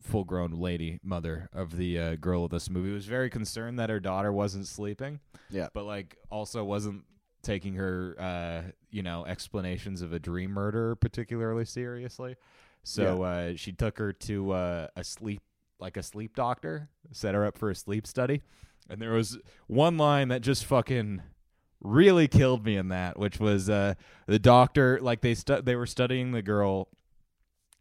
A: full-grown lady mother of the uh, girl of this movie was very concerned that her daughter wasn't sleeping.
B: Yeah.
A: but like also wasn't taking her, uh, you know, explanations of a dream murder particularly seriously. So uh, she took her to uh, a sleep, like a sleep doctor, set her up for a sleep study, and there was one line that just fucking really killed me in that, which was uh, the doctor. Like they stu- they were studying the girl.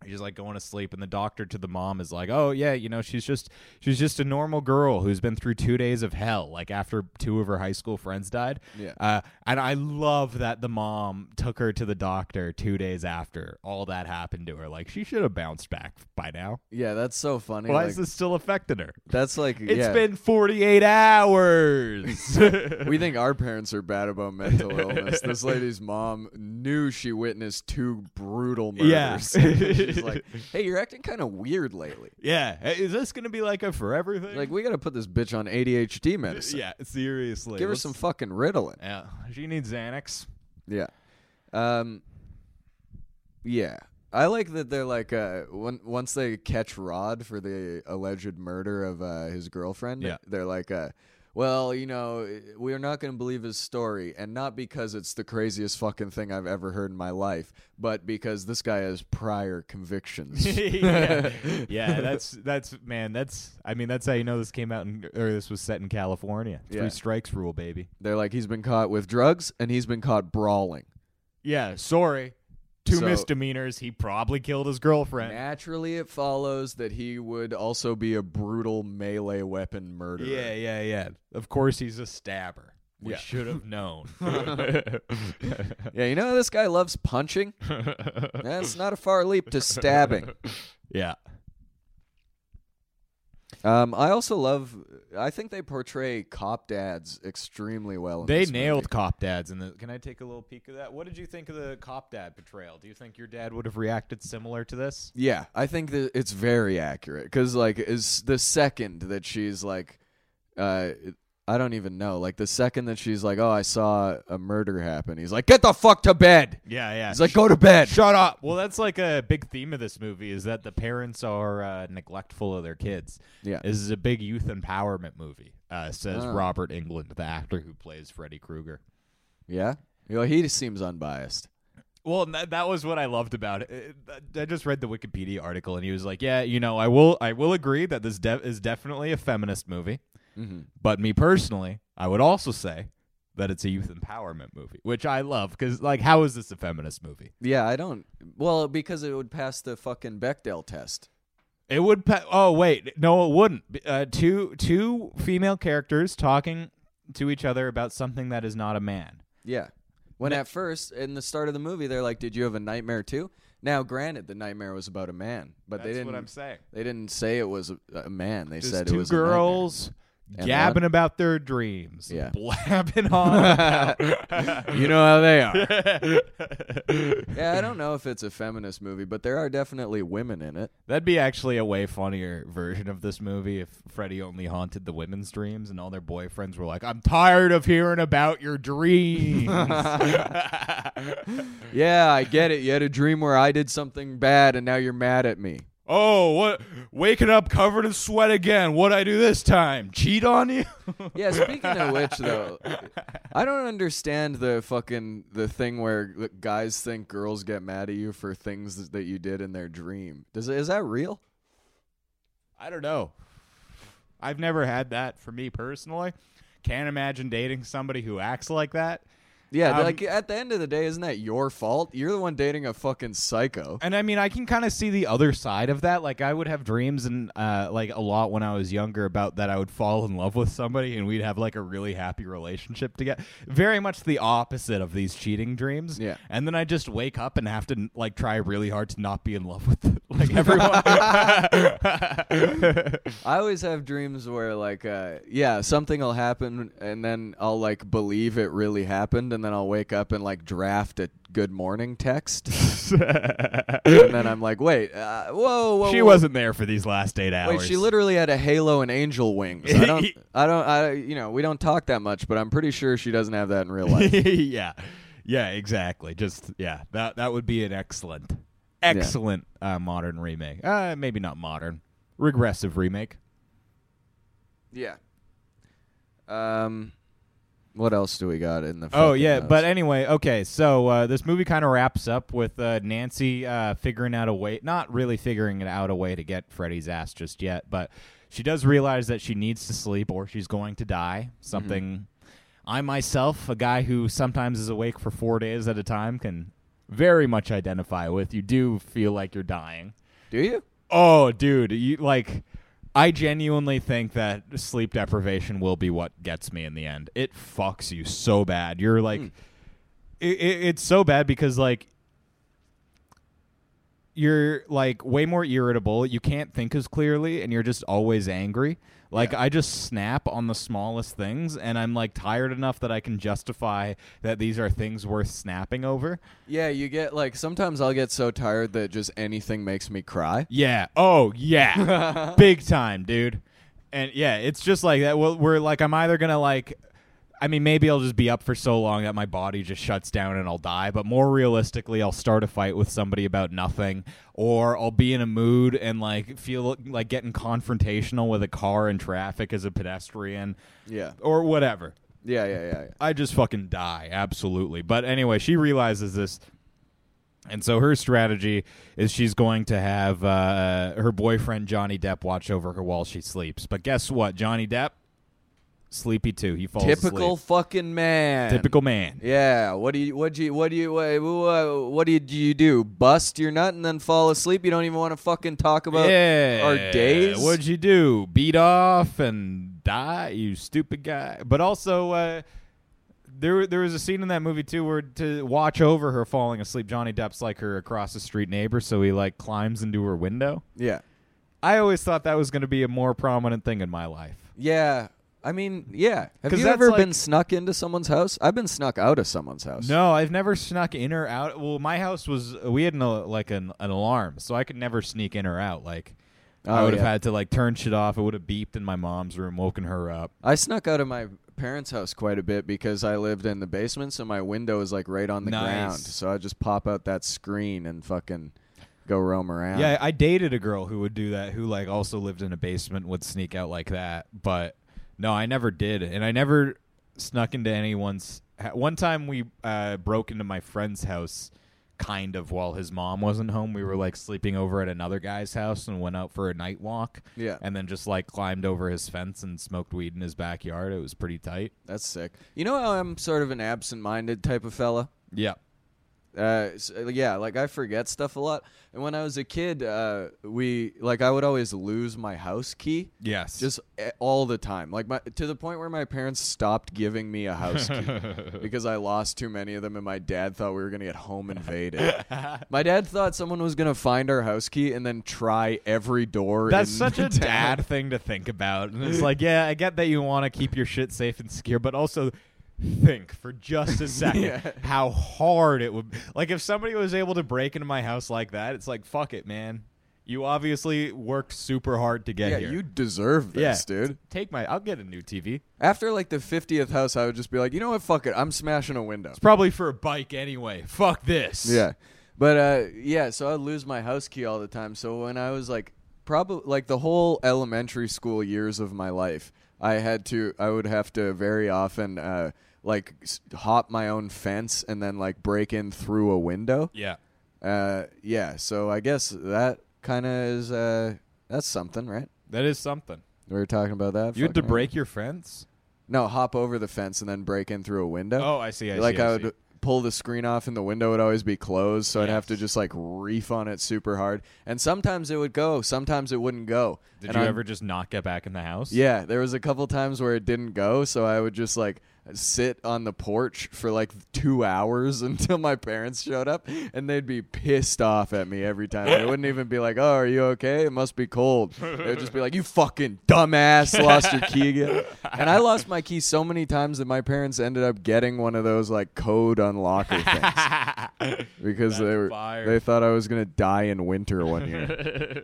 A: She's like going to sleep, and the doctor to the mom is like, "Oh yeah, you know, she's just she's just a normal girl who's been through two days of hell, like after two of her high school friends died."
B: Yeah.
A: Uh, and I love that the mom took her to the doctor two days after all that happened to her. Like she should have bounced back by now.
B: Yeah, that's so funny.
A: Why
B: like,
A: is this still affecting her?
B: That's like
A: It's
B: yeah.
A: been forty eight hours.
B: we think our parents are bad about mental illness. This lady's mom knew she witnessed two brutal
A: Yeah.
B: murders. She's like, "Hey, you're acting kind of weird lately.
A: Yeah, Hey, is this gonna be like a forever thing?
B: Like, we got to put this bitch on ADHD medicine.
A: yeah, seriously.
B: Give her
A: Let's-
B: some fucking Ritalin."
A: Yeah, she needs Xanax.
B: Yeah. Um Yeah. I like that they're like uh when, once they catch Rod for the alleged murder of uh his girlfriend,
A: Yeah.
B: they're like uh well, you know, we're not going to believe his story, and not because it's the craziest fucking thing I've ever heard in my life, but because this guy has prior convictions.
A: yeah. yeah, that's that's man, that's I mean that's how you know this came out in or this was set in California. Three
B: Yeah.
A: strikes rule, baby.
B: They're like, he's been caught with drugs, and he's been caught brawling.
A: Yeah, sorry. Two
B: So-
A: misdemeanors. He probably killed his girlfriend.
B: Naturally, it follows that he would also be a brutal melee weapon murderer.
A: Yeah, yeah, yeah. Of course he's a stabber. We
B: Yeah.
A: should have known.
B: Yeah, you know how this guy loves punching? That's not a far leap to stabbing.
A: yeah.
B: Um, I also love. I think they portray cop dads extremely well. In
A: They
B: this
A: nailed
B: movie.
A: cop dads in the. Can I take a little peek of that? What did you think of the cop dad portrayal? Do you think your dad would have reacted similar to this?
B: Yeah, I think that it's very accurate because like is the second that she's like, uh, I don't even know. Like the second that she's like, oh, I saw a murder happen. He's like, get the fuck to bed.
A: Yeah, yeah.
B: He's like, go to bed.
A: Shut up. Well, that's like a big theme of this movie is that the parents are uh, neglectful of their kids.
B: Yeah.
A: This is a big youth empowerment movie, uh, says
B: Oh.
A: Robert England, the actor who plays Freddy Krueger.
B: Yeah. You know, he seems unbiased.
A: Well, and that, that was what I loved about it. Uh, I just read the Wikipedia article, and he was like, "Yeah, you know, I will, I will agree that this de- is definitely a feminist movie,
B: Mhm.
A: but me personally, I would also say that it's a youth empowerment movie, which I love because, like, how is this a feminist movie?
B: Yeah, I don't. Well, because it would pass the fucking Bechdel test.
A: It would. Pa- oh wait, no, it wouldn't. B- Uh, two two female characters talking to each other about something that is not a man.
B: Yeah. When at first, in the start of the movie, they're like, "Did you have a nightmare too?" Now, granted, the nightmare was about a man, but they didn't.
A: saying.
B: They didn't say it was a, a man. They
A: Just
B: said
A: two
B: it was a nightmare.
A: girls
B: And
A: gabbing about their dreams,
B: Yeah.
A: blabbing on. about-
B: you know how they are. yeah, I don't know if it's a feminist movie, but there are definitely women in it.
A: That'd be actually a way funnier version of this movie if Freddy only haunted the women's dreams and all their boyfriends were like, "I'm tired of hearing about your dreams."
B: Yeah, I get it. You had a dream where I did something bad, and now you're mad at me.
A: Oh, what? Waking up covered in sweat again. What'd I do this time? Cheat on you?
B: Yeah, speaking of which, though, I don't understand the fucking the thing where the guys think girls get mad at you for things that you did in their dream. Does is that real?
A: I don't know. I've never had that for me personally. Can't imagine dating somebody who acts like that.
B: Yeah,
A: Um,
B: like at the end of the day, isn't that your fault? You're the one dating a fucking psycho.
A: And I mean, I can kind of see the other side of that. Like, I would have dreams and uh, like a lot when I was younger about that I would fall in love with somebody and we'd have like a really happy relationship together. Very much the opposite of these cheating dreams.
B: Yeah.
A: And then I just wake up and have to like try really hard to not be in love with like everyone.
B: I always have dreams where like uh yeah, something will happen and then I'll like believe it really happened and then I'll wake up and like draft a good morning text and then I'm like, "Wait, uh, whoa, whoa."
A: she
B: whoa.
A: wasn't there for these last eight
B: Wait,
A: hours.
B: she literally had a halo and angel wings. I don't I don't I you know, we don't talk that much, but I'm pretty sure she doesn't have that in real life.
A: yeah, yeah, exactly. Just yeah, that that would be an excellent, excellent uh, modern remake. Uh, maybe not modern, regressive remake.
B: yeah. Um what else do we got in the
A: Oh
B: fucking
A: yeah,
B: notes?
A: but anyway, okay. So uh, this movie kind of wraps up with uh, Nancy uh, figuring out a way, not really figuring it out a way to get Freddy's ass just yet, but she does realize that she needs to sleep or she's going to die.
B: Mm-hmm.
A: Something I myself, a guy who sometimes is awake for four days at a time, can very much identify with. You do feel like you're dying.
B: Do you?
A: Oh, dude, you like I genuinely think that sleep deprivation will be what gets me in the end. It fucks you so bad. You're like it, it, it's so bad because like you're like way more irritable. You can't think as clearly and you're just always angry. Like I just snap on the smallest things and I'm like tired enough that I can justify that these are things worth snapping over.
B: Yeah, you get like sometimes I'll get so tired that just anything makes me cry.
A: Yeah. Oh, yeah. Big time, dude. And yeah, it's just like that. We're, we're like, I'm either gonna like, I mean, maybe I'll just be up for so long that my body just shuts down and I'll die. But more realistically, I'll start a fight with somebody about nothing, or I'll be in a mood and like feel like getting confrontational with a car in traffic as a pedestrian,
B: Yeah.
A: or whatever.
B: Yeah, yeah, yeah. yeah.
A: I just fucking die, absolutely. But anyway, she realizes this. And so her strategy is she's going to have uh, her boyfriend Johnny Depp watch over her while she sleeps. But guess what? Johnny Depp, sleepy too. He falls
B: Typical
A: asleep.
B: fucking man.
A: Typical man.
B: Yeah. What do you? What do you? What do you? What, what, what do you, do you do? Bust your nut and then fall asleep? You don't even want to fucking talk about
A: yeah.
B: our days.
A: What'd you do? Beat off and die, you stupid guy. But also, uh, there there was a scene in that movie too where to watch over her falling asleep, Johnny Depp's like her across the street neighbor, so he like climbs into her window.
B: yeah.
A: I always thought that was going to be a more prominent thing in my life.
B: Yeah. I mean, yeah. Have
A: 'Cause
B: you
A: that's
B: ever
A: like-
B: been snuck into someone's house? I've been snuck out of someone's house.
A: No, I've never snuck in or out. Well, my house was we had an, al- like an, an alarm, so I could never sneak in or out. Like I
B: Oh,
A: would have
B: yeah.
A: had to like turn shit off. It would have beeped in my mom's room, woken her up.
B: I snuck out of my parents' house quite a bit because I lived in the basement, so my window is like right on the
A: Nice.
B: ground. So I just pop out that screen and fucking go roam around.
A: Yeah, I dated a girl who would do that, who like also lived in a basement, would sneak out like that. But no, I never did, and I never snuck into anyone's. ha- One time we uh, broke into my friend's house, kind of while his mom wasn't home. We were like sleeping over at another guy's house and went out for a night walk.
B: Yeah.
A: and then just like climbed over his fence and smoked weed in his backyard. It was pretty tight.
B: That's sick. You know how I'm sort of an absent-minded type of fella?
A: Yeah.
B: uh, s- yeah, like I forget stuff a lot. And when I was a kid, uh, we like I would always lose my house key
A: Yes.
B: just a- all the time. Like my to the point where my parents stopped giving me a house key because I lost too many of them, and my dad thought we were gonna get home invaded. my dad thought someone was gonna find our house key and then try every door.
A: That's
B: in
A: such
B: the
A: a
B: town.
A: dad thing to think about. And it's like, yeah, I get that you want to keep your shit safe and secure, but also think for just a second
B: Yeah.
A: how hard it would like if somebody was able to break into my house like that, it's like fuck it, man. You obviously worked super hard to get
B: Yeah,
A: here.
B: you deserve this, dude.
A: Take my I'll get a new TV.
B: After like the 50th house, I would just be like, you know what? Fuck it. I'm smashing a window.
A: It's probably for a bike anyway. Fuck this.
B: Yeah. But uh yeah, so I'd lose my house key all the time. So when I was like probably like the whole elementary school years of my life, I had to I would have to very often uh like s- hop my own fence and then like break in through a window.
A: Yeah.
B: Uh yeah, so I guess that kind of is uh that's something, right?
A: That is something.
B: We were talking about that.
A: You had to
B: Fucking-
A: break your fence?
B: No, hop over the fence and then break in through a window
A: Oh, I see. I
B: like
A: see.
B: I,
A: I,
B: would
A: see.
B: pull the screen off and the window would always be closed, so I'd have to
A: Yes.
B: just like reef on it super hard. And sometimes it would go, sometimes it wouldn't go.
A: Did
B: And
A: you
B: I'm-
A: ever just not get back in the house?
B: Yeah, there was a couple times where it didn't go, so I would just like sit on the porch for like 2 hours until my parents showed up and they'd be pissed off at me every time. They wouldn't even be like, "Oh, are you okay? It must be cold." They would just be like, "You fucking dumbass, lost your key again." And I lost my key so many times that my parents ended up getting one of those like code unlocker things because they
A: That's
B: were
A: fire.
B: they thought I was gonna die in winter one year.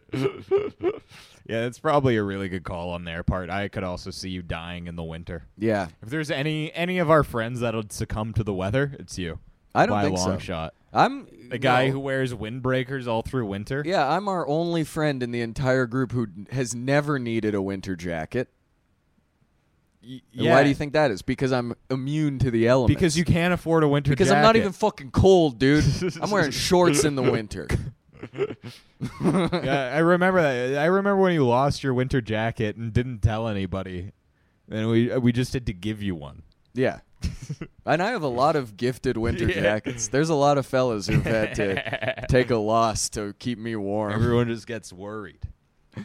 A: Yeah, that's probably a really good call on their part. I could also see you dying in the winter.
B: yeah,
A: If there's any any of our friends that'll succumb to the weather, it's you.
B: I don't
A: by
B: think
A: a long
B: so.
A: shot.
B: I'm
A: The guy
B: no.
A: who wears windbreakers all through winter.
B: Yeah, I'm our only friend in the entire group who has never needed a winter jacket.
A: Y-
B: And
A: yeah.
B: Why do you think that is? Because I'm immune to the elements.
A: Because you can't afford a winter
B: because
A: jacket.
B: I'm not even fucking cold, dude. I'm wearing shorts in the winter.
A: yeah, I remember that. I remember when you lost your winter jacket and didn't tell anybody, and we we just had to give you one.
B: Yeah. And I have a lot of gifted winter
A: Yeah.
B: jackets. There's a lot of fellas who've had to take a loss to keep me warm.
A: Everyone just gets worried.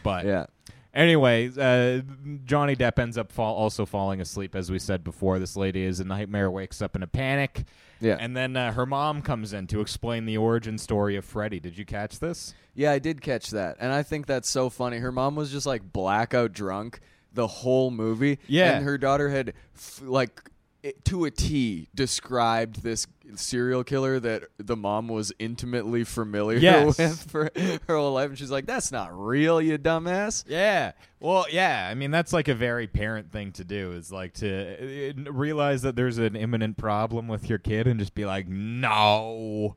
A: But
B: Yeah.
A: Anyway, uh, Johnny Depp ends up fall- also falling asleep, as we said before. This lady is a nightmare, wakes up in a panic.
B: Yeah.
A: And then uh, her mom comes in to explain the origin story of Freddy. Did you catch this?
B: Yeah, I did catch that, and I think that's so funny. Her mom was just like blackout drunk the whole movie.
A: Yeah.
B: and her daughter had f- like it, to a T described this serial killer that the mom was intimately familiar
A: Yes.
B: with for her whole life, and she's like, "That's not real, you dumbass."
A: Yeah. Well, yeah. I mean, that's like a very parent thing to do is like to uh, realize that there's an imminent problem with your kid and just be like, no.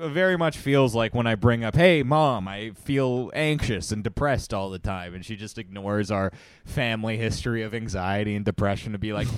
A: It Very much feels like when I bring up, hey, mom, I feel anxious and depressed all the time. And she just ignores our family history of anxiety and depression to be like,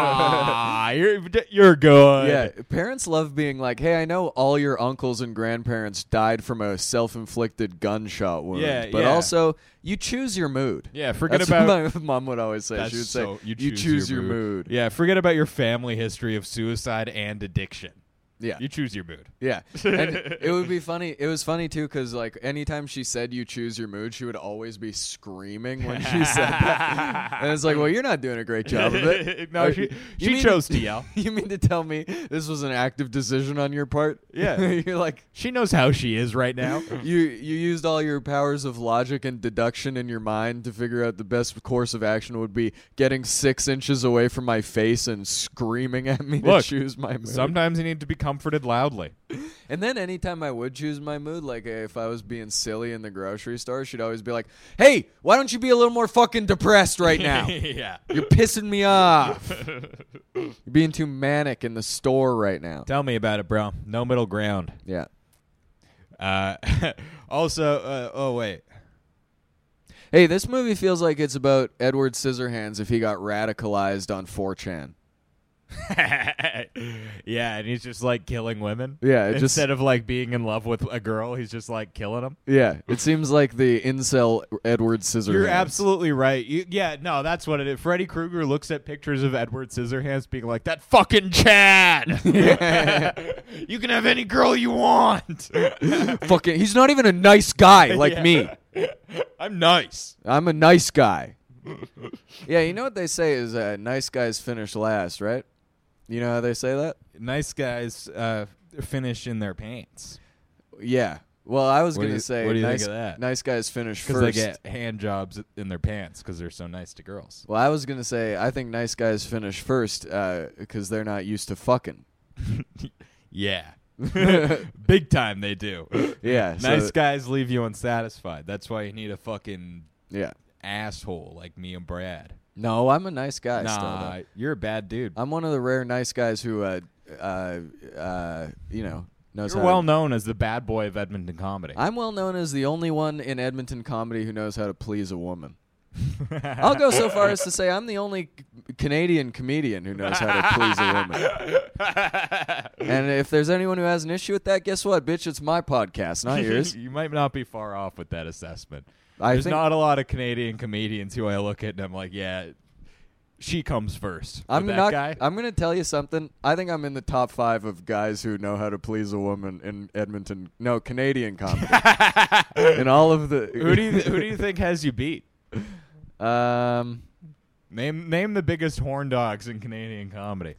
A: nah, you're, you're good.
B: Yeah, parents love being like, "Hey, I know all your uncles and grandparents died from a self-inflicted gunshot wound,
A: Yeah,
B: but
A: yeah.
B: also you choose your mood."
A: Yeah, forget
B: That's
A: about
B: what my mom would always say.
A: That's
B: She would
A: so-
B: say, "You choose, your, mood."
A: Yeah, forget about your family history of suicide and addiction.
B: Yeah.
A: You choose your mood.
B: Yeah, and it would be funny. It was funny too because like anytime she said you choose your mood, she would always be screaming when she said that. And it's like, well, you're not doing a great job of it.
A: No,
B: Or-
A: she-
B: you
A: she
B: mean-
A: chose to yell.
B: You mean to tell me this was an active decision on your part?
A: Yeah.
B: you're like.
A: She knows how she is right now.
B: You you used all your powers of logic and deduction in your mind to figure out the best course of action would be getting six inches away from my face and screaming at me
A: Look,
B: to choose my mood.
A: Sometimes you need to be comforted loudly.
B: And then anytime I would choose my mood, like uh, if I was being silly in the grocery store, she'd always be like, "Hey, why don't you be a little more fucking depressed right now?
A: yeah.
B: You're pissing me off. You're being too manic in the store right now."
A: Tell me about it, bro. No middle ground.
B: Yeah.
A: Uh, also, uh, oh wait,
B: Hey, this movie feels like it's about Edward Scissorhands if he got radicalized on 4chan.
A: yeah, and he's just like killing women.
B: Yeah, it
A: instead
B: just-
A: of like being in love with a girl, he's just like killing them.
B: Yeah, it seems like the incel Edward Scissorhands.
A: You're absolutely right. You, yeah, no, that's what it is. Freddy Krueger looks at pictures of Edward Scissorhands being like, that fucking Chad! you can have any girl you want!
B: fucking. He's not even a nice guy like
A: Yeah.
B: me.
A: I'm nice.
B: I'm a nice guy. yeah, you know what they say is uh, nice guys finish last, right? You know how they say that?
A: Nice guys uh, finish in their pants.
B: Yeah. Well, I was
A: What do
B: going
A: you-
B: to say
A: what do you think
B: nice,
A: of that?
B: nice guys finish
A: Because
B: first.
A: they get hand jobs in their pants because they're so nice to girls.
B: Well, I was going to say I think nice guys finish first because they're not used to fucking.
A: Yeah. Big time they do.
B: Yeah. so-
A: nice guys leave you unsatisfied. That's why you need a fucking
B: Yeah.
A: asshole like me and Brad.
B: No, I'm a nice guy. still, though.
A: nah, you're a bad dude.
B: I'm one of the rare nice guys who, uh, uh, uh, you know, knows
A: You're
B: how.
A: well
B: to,
A: known as the bad boy of Edmonton comedy.
B: I'm well known as the only one in Edmonton comedy who knows how to please a woman. I'll go so far as to say I'm the only c- Canadian comedian who knows how to please a woman. And if there's anyone who has an issue with that, guess what, bitch? It's my podcast, not yours.
A: you might not be far off with that assessment.
B: I
A: There's
B: think-
A: not a lot of Canadian comedians who I look at and I'm like, yeah, she comes first. With
B: I'm
A: that
B: not.
A: guy.
B: I'm gonna tell you something. I think I'm in the top five of guys who know how to please a woman in Edmonton. No, Canadian comedy. in all of the.
A: who do you who do you think has you beat?
B: Um,
A: Name name the biggest horn dogs in Canadian comedy.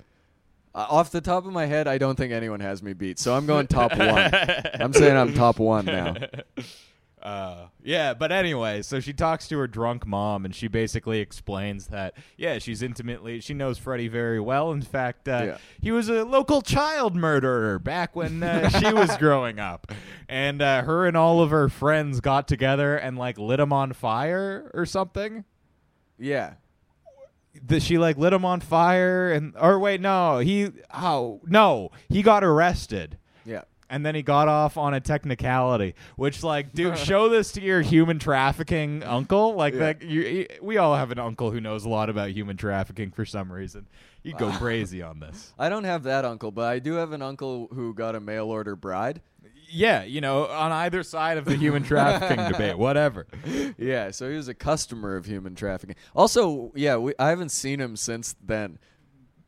B: uh, off the top of my head, I don't think anyone has me beat. So I'm going top one. I'm saying I'm top one now.
A: Uh, yeah, but anyway, so she talks to her drunk mom, and she basically explains that yeah, she's intimately she knows Freddie very well. In fact, uh,
B: Yeah.
A: he was a local child murderer back when uh, she was growing up, and uh, her and all of her friends got together and like lit him on fire or something.
B: Yeah.
A: That she like lit him on fire, and or wait, no, he oh no, he got arrested
B: Yeah.
A: and then he got off on a technicality, which like, dude, show this to your human trafficking uncle. Like
B: Yeah.
A: that, you, you- we all have an uncle who knows a lot about human trafficking for some reason. You go crazy on this.
B: I don't have that uncle, but I do have an uncle who got a mail order bride.
A: Yeah, you know, on either side of the human trafficking debate, whatever.
B: Yeah, so he was a customer of human trafficking. Also, yeah, we, I haven't seen him since then.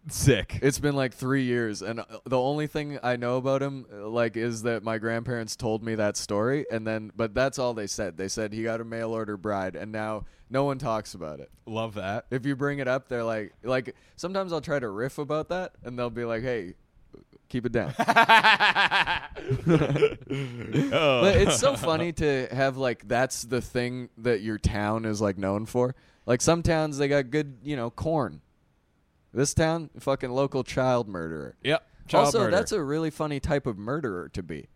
A: Sick.
B: It's been like three years, and uh, the only thing I know about him, uh, like, is that my grandparents told me that story, and then, but that's all they said. They said he got a mail order bride, and now no one talks about it.
A: Love that.
B: if you bring it up, they're like, like sometimes I'll try to riff about that, and they'll be like, "Hey, keep it down."
A: oh.
B: but it's so funny to have like that's the thing that your town is like known for. Like some towns they got good, you know, corn. This town, fucking local child murderer.
A: Yep. Child
B: also,
A: murder.
B: that's a really funny type of murderer to be.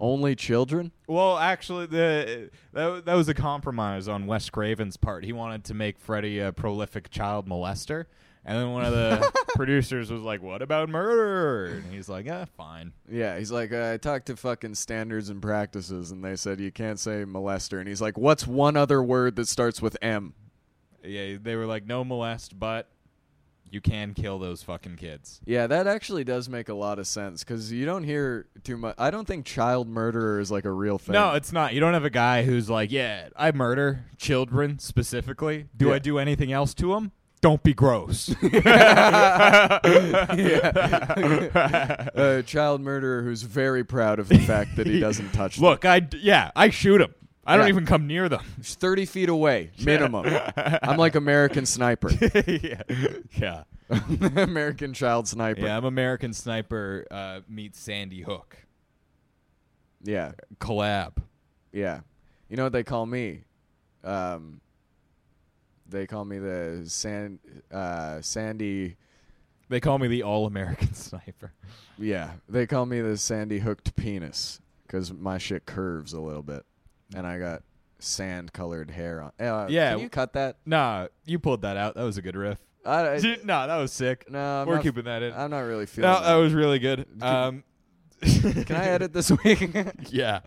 B: Only children.
A: Well, actually, the that, that was a compromise on Wes Craven's part. He wanted to make Freddy a prolific child molester, and then one of the producers was like, "What about murder?" And he's like, "Yeah, fine."
B: Yeah, he's like, uh, I talked to fucking standards and practices, and they said you can't say molester. And he's like, what's one other word that starts with M?
A: Yeah, they were like, "No molest, but you can kill those fucking kids."
B: Yeah, that actually does make a lot of sense because you don't hear too much. I don't think child murderer is like a real thing.
A: No, it's not. You don't have a guy who's like, "Yeah, I murder children specifically. Do
B: Yeah.
A: I do anything else to them? don't be gross.
B: a child murderer who's very proud of the fact that he doesn't touch them.
A: Look, I d- yeah, I shoot him. I don't
B: Yeah.
A: even come near them.
B: He's 30 feet away, minimum. I'm like American sniper.
A: yeah. yeah,
B: American child sniper.
A: I'm American Sniper uh, meets Sandy Hook
B: yeah.
A: collab.
B: Yeah. You know what they call me? Um, they call me the San, uh, Sandy.
A: They call me the All American Sniper.
B: Yeah, they call me the Sandy hooked penis because my shit curves a little bit, and I got sand colored hair on. Uh,
A: Yeah.
B: can you cut that?
A: Nah, you pulled that out. That was a good riff.
B: I, I-
A: nah, that was sick.
B: no, I'm
A: We're
B: not,
A: keeping that in.
B: I'm not really feeling.
A: No, that
B: that.
A: was really good. Um,
B: Can I edit this week?
A: yeah.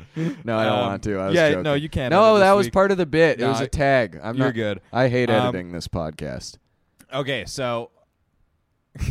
B: no, I don't
A: Um,
B: want to. I was
A: yeah,
B: joking.
A: no, you can't edit
B: No,
A: this
B: that was
A: week.
B: part of the bit. it
A: No,
B: was
A: I-
B: a tag. I'm
A: You're
B: not.
A: good.
B: I hate
A: Um,
B: editing this podcast.
A: Okay, so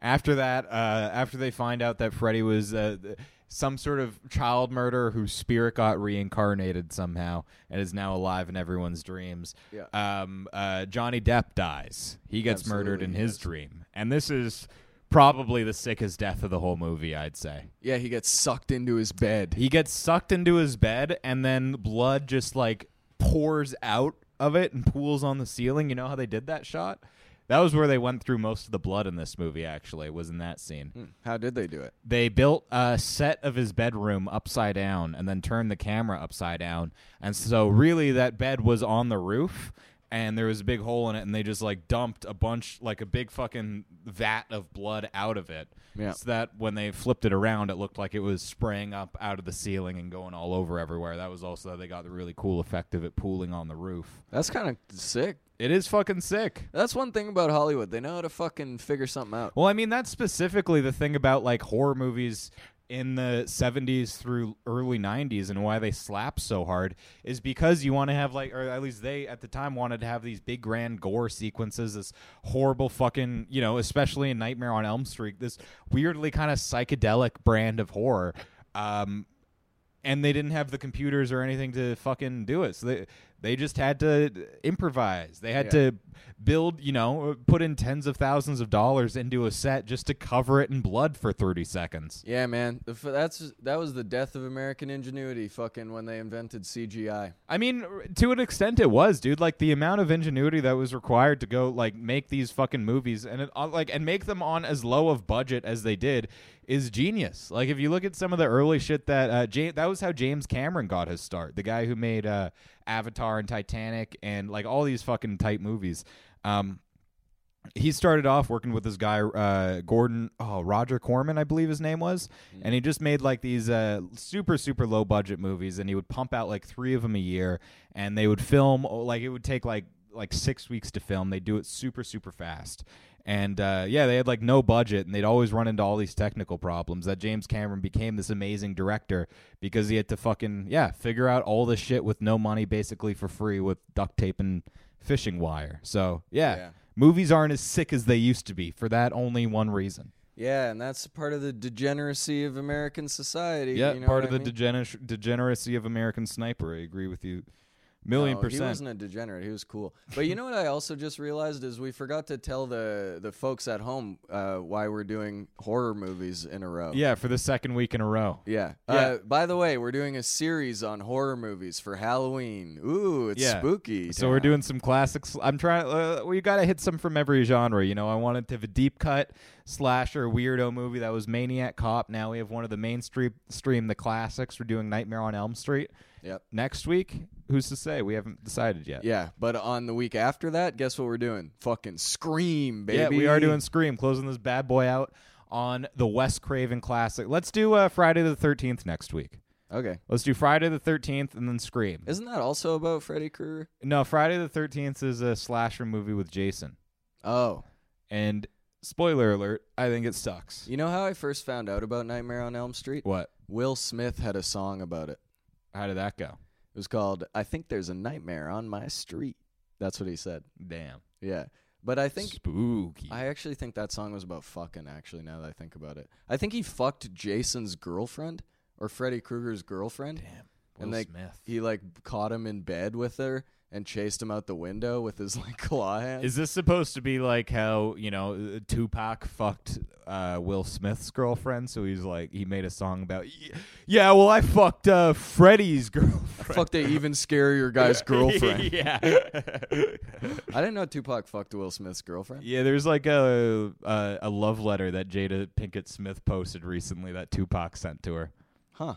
A: after that, uh, after they find out that Freddy was uh, th- some sort of child murderer whose spirit got reincarnated somehow and is now alive in everyone's dreams,
B: Yeah.
A: um, uh, Johnny Depp dies. He gets murdered
B: Absolutely,
A: in
B: he
A: his
B: does.
A: dream, and this is probably the sickest death of the whole movie. I'd say
B: Yeah, he gets sucked into his bed.
A: he gets sucked into his bed, and then blood just like pours out of it and pools on the ceiling. You know how they did that shot? That was where they went through most of the blood in this movie. Actually, was in that scene.
B: Hmm, How did they do it?
A: They built a set of his bedroom upside down, and then turned the camera upside down, and so really that bed was on the roof. And there was a big hole in it, and they just like dumped a bunch, like a big fucking vat of blood out of it.
B: Yeah.
A: So that when they flipped it around, it looked like it was spraying up out of the ceiling and going all over everywhere. That was also how they got the really cool effect of it pooling on the roof.
B: That's kind of sick.
A: It is fucking sick.
B: That's one thing about Hollywood. They know how to fucking figure something out.
A: Well, I mean, that's specifically the thing about like horror movies in the 70s through early 90s and why they slap so hard is because you want to have like or at least they at the time wanted to have these big grand gore sequences this horrible fucking you know especially in nightmare on elm street this weirdly kind of psychedelic brand of horror um and they didn't have the computers or anything to fucking do it. So they they just had to improvise. They had
B: Yeah.
A: to build, you know, put in tens of thousands of dollars into a set just to cover it in blood for 30 seconds.
B: Yeah, man. The f- That's that was the death of American ingenuity. Fucking when they invented CGI.
A: I mean, to an extent it was, dude, like the amount of ingenuity that was required to go like make these fucking movies and it, uh, like and make them on as low of budget as they did is genius. Like if you look at some of the early shit that uh James, that was how James Cameron got his start. The guy who made uh Avatar and Titanic and like all these fucking type movies. Um he started off working with this guy uh, Gordon oh Roger Corman I believe his name was and he just made like these uh, super super low budget movies and he would pump out like 3 of them a year and they would film oh, like it would take like like 6 weeks to film they do it super super fast and uh, yeah they had like no budget and they'd always run into all these technical problems that James Cameron became this amazing director because he had to fucking yeah figure out all this shit with no money basically for free with duct tape and fishing wire so
B: Yeah.
A: yeah. Movies aren't as sick as they used to be for that only one reason.
B: Yeah, and that's part of the degeneracy of American society. you know
A: part of
B: what
A: the
B: I mean?
A: degener- degeneracy of American Sniper. I agree with you, million
B: No, He
A: percent.
B: wasn't a degenerate. He was cool. But you know what I also just realized is we forgot to tell the the folks at home uh, why we're doing horror movies in a row.
A: Yeah, for the second week in a row.
B: Yeah.
A: Yeah.
B: Uh, by the way, we're doing a series on horror movies for Halloween. Ooh, it's
A: Yeah.
B: spooky.
A: So we're
B: town.
A: doing some classics. I'm trying. Uh, we got to hit some from every genre. You know, I wanted to have a deep cut slasher weirdo movie that was Maniac Cop. Now we have one of the mainstream stream the classics. We're doing Nightmare on Elm Street
B: Yep.
A: next week. Who's to say? We haven't decided yet.
B: Yeah, but on the week after that, guess what we're doing? Fucking Scream, baby.
A: Yeah, we are doing Scream, closing this bad boy out on the Wes Craven classic. Let's do uh, Friday the 13th next week.
B: Okay.
A: Let's do Friday the 13th and then Scream.
B: Isn't that also about Freddy Krueger?
A: No, Friday the 13th is a slasher movie with Jason.
B: Oh.
A: And spoiler alert, I think it sucks.
B: You know how I first found out about Nightmare on Elm Street?
A: What?
B: Will Smith had a song about it.
A: How did that go?
B: It was called I Think There's a Nightmare on My Street. That's what he said.
A: Damn.
B: Yeah. But I think
A: Spooky.
B: I actually think that song was about fucking actually now that I think about it. I think he fucked Jason's girlfriend or Freddy Krueger's girlfriend.
A: Damn.
B: and
A: Will
B: they-
A: Smith.
B: He like caught him in bed with her and chased him out the window with his like claw hands.
A: Is this supposed to be like how you know uh, Tupac fucked uh, Will Smith's girlfriend? So he's like, he made a song about, "Y- yeah, well, I fucked uh, Freddie's girlfriend.
B: Fucked an even scarier guy's girlfriend.
A: yeah.
B: I didn't know Tupac fucked Will Smith's girlfriend.
A: Yeah, there's like a, a a love letter that Jada Pinkett Smith posted recently that Tupac sent to her.
B: Huh.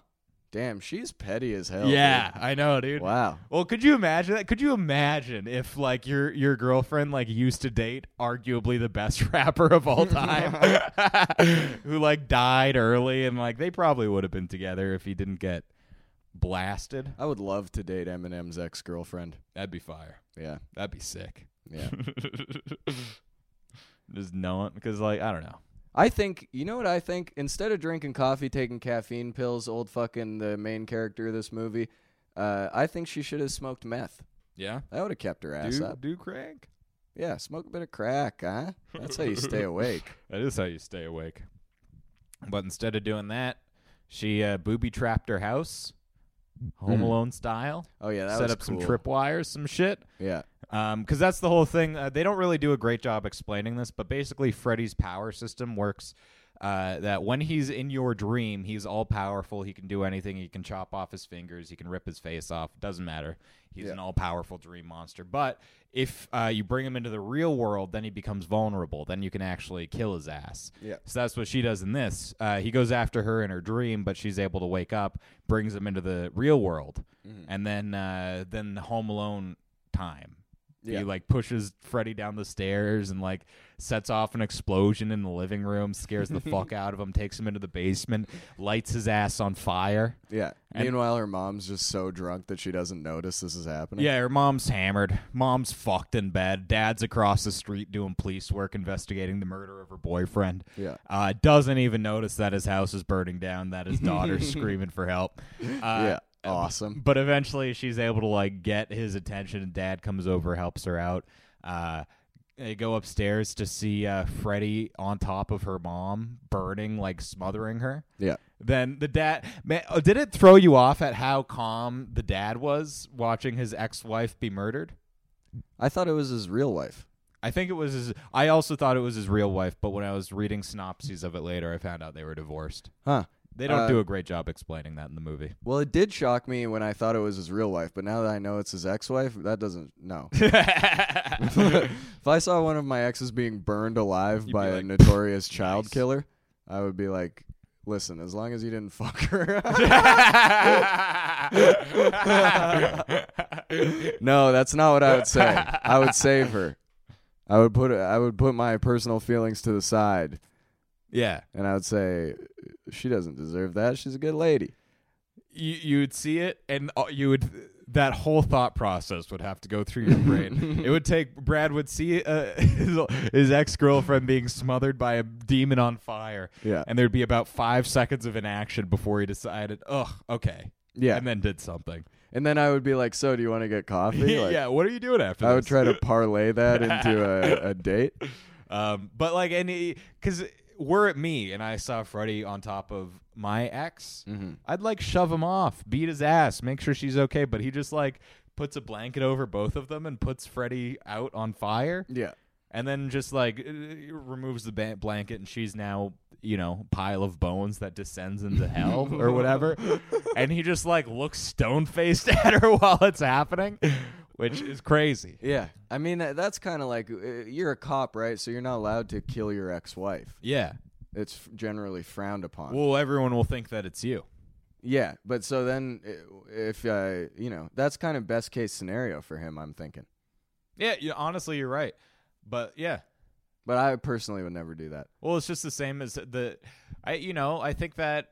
B: Damn, she's petty as hell.
A: I know, dude.
B: dude. Wow.
A: Well, could you imagine that? Could you imagine if like your your girlfriend like used to date arguably the best rapper of all time, who like died early, and like they probably would have been together if he didn't get blasted.
B: I would love to date Eminem's ex girlfriend.
A: That'd be fire.
B: Yeah.
A: That'd be sick.
B: Yeah.
A: Just know it because like I don't know.
B: I think you know what I think. Instead of drinking coffee, taking caffeine pills, old fucking the main character of this movie, uh, I think she should have smoked meth.
A: Yeah.
B: That would have kept her ass
A: Do
B: up.
A: do crank.
B: Yeah, smoke a bit of crack, huh? That's how you stay awake.
A: That is how you stay awake. But instead of doing that, she uh, booby trapped her house, Home
B: Mm.
A: Alone style.
B: Oh yeah, that
A: set
B: was
A: up some
B: cool.
A: tripwires, some shit.
B: Yeah,
A: Because that's the whole thing. Uh, they don't really do a great job explaining this, but basically, Freddy's power system works uh, that when he's in your dream, he's all powerful. He can do anything. He can chop off his fingers. He can rip his face off. Doesn't matter. He's
B: Yeah.
A: an all powerful dream monster. But if uh, you bring him into the real world, then he becomes vulnerable. Then you can actually kill his ass.
B: Yeah.
A: So that's what she does in this. Uh, he goes after her in her dream, but she's able to wake up, brings him into the real world, and then uh, then the Home Alone time.
B: Yeah.
A: He like pushes Freddy down the stairs and like sets off an explosion in the living room, scares the fuck out of him, takes him into the basement, lights his ass on fire.
B: yeah.
A: And-
B: Meanwhile, her mom's just so drunk that she doesn't notice this is happening.
A: Yeah, her mom's hammered. Mom's fucked in bed. Dad's across the street doing police work, investigating the murder of her boyfriend.
B: Yeah.
A: Uh, doesn't even notice that his house is burning down, that his daughter's screaming for help. Uh,
B: yeah, awesome.
A: But eventually she's able to like get his attention and dad comes over, helps her out. Uh they go upstairs to see uh Freddy on top of her mom, burning, like smothering her.
B: Yeah,
A: Then the dad man, oh, did it throw you off at how calm the dad was watching his ex-wife be murdered?
B: I thought it was his real wife.
A: I think it was his I also thought it was his real wife, but when I was reading synopses of it later, I found out they were divorced.
B: Huh.
A: They don't
B: Uh,
A: do a great job explaining that in the movie.
B: Well, it did shock me when I thought it was his real wife, but now that I know it's his ex-wife, that doesn't. No. if I saw one of my exes being burned alive
A: You'd
B: by
A: be
B: a
A: like,
B: notorious child
A: nice.
B: killer, I would be like, "Listen, as long as you didn't fuck her." no, that's not what I would say. I would save her. I would put I would put my personal feelings to the side,
A: yeah.
B: and I would say, "She doesn't deserve that. She's a good lady."
A: You you would see it and uh, you would that whole thought process would have to go through your brain. it would take Brad would see uh, his, his ex-girlfriend being smothered by a demon on fire.
B: Yeah.
A: And there'd be about 5 seconds of inaction before he decided, "Ugh, okay."
B: Yeah,
A: And then did something.
B: and then I would be like, "So, do you want to get coffee?" Like,
A: yeah, what are you doing after this?
B: I would try to parlay that into a, a date.
A: Um, but like any, because were it me and I saw Freddie on top of my ex, I'd like shove him off, beat his ass, make sure she's okay. But he just like puts a blanket over both of them and puts Freddie out on fire,
B: Yeah.
A: and then just like uh, removes the ba- blanket, and she's now you know pile of bones that descends into hell or whatever. And he just like looks stone faced at her while it's happening, which is crazy.
B: Yeah. I mean, uh, that's kind of like uh, you're a cop, right? So you're not allowed to kill your ex-wife.
A: Yeah.
B: It's f- generally frowned upon.
A: Well, everyone will think that it's you.
B: yeah, but so then i- if uh, you know, that's kind of best case scenario for him, I'm thinking.
A: Yeah, you, honestly, you're right. But yeah,
B: But I personally would never do that.
A: well, it's just the same as the, I you know, I think that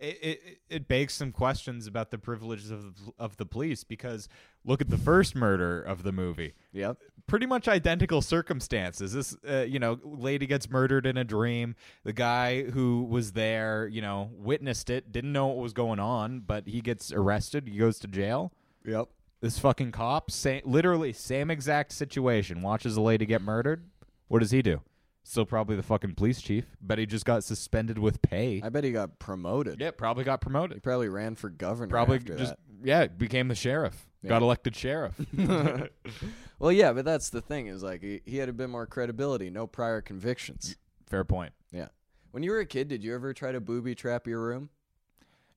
A: it it, it begs some questions about the privileges of the, pl- of the police because look at the first murder of the movie.
B: Yep.
A: Pretty much identical circumstances. This, uh, you know, lady gets murdered in a dream. The guy who was there, you know, witnessed it, didn't know what was going on, but he gets arrested. He goes to jail.
B: Yep.
A: This fucking cop, sa literally same exact situation, watches a lady get murdered. What does he do? Still probably the fucking police chief, but he just got suspended with pay.
B: I bet he got promoted.
A: yeah, probably got
B: He
A: promoted.
B: probably ran for governor.
A: Probably
B: after
A: just
B: that.
A: yeah, became the sheriff. Got elected sheriff.
B: Well, yeah, but that's the thing is like he, he had a bit more credibility, no prior convictions.
A: Fair point.
B: Yeah. When you were a kid, did you ever try to booby trap your room?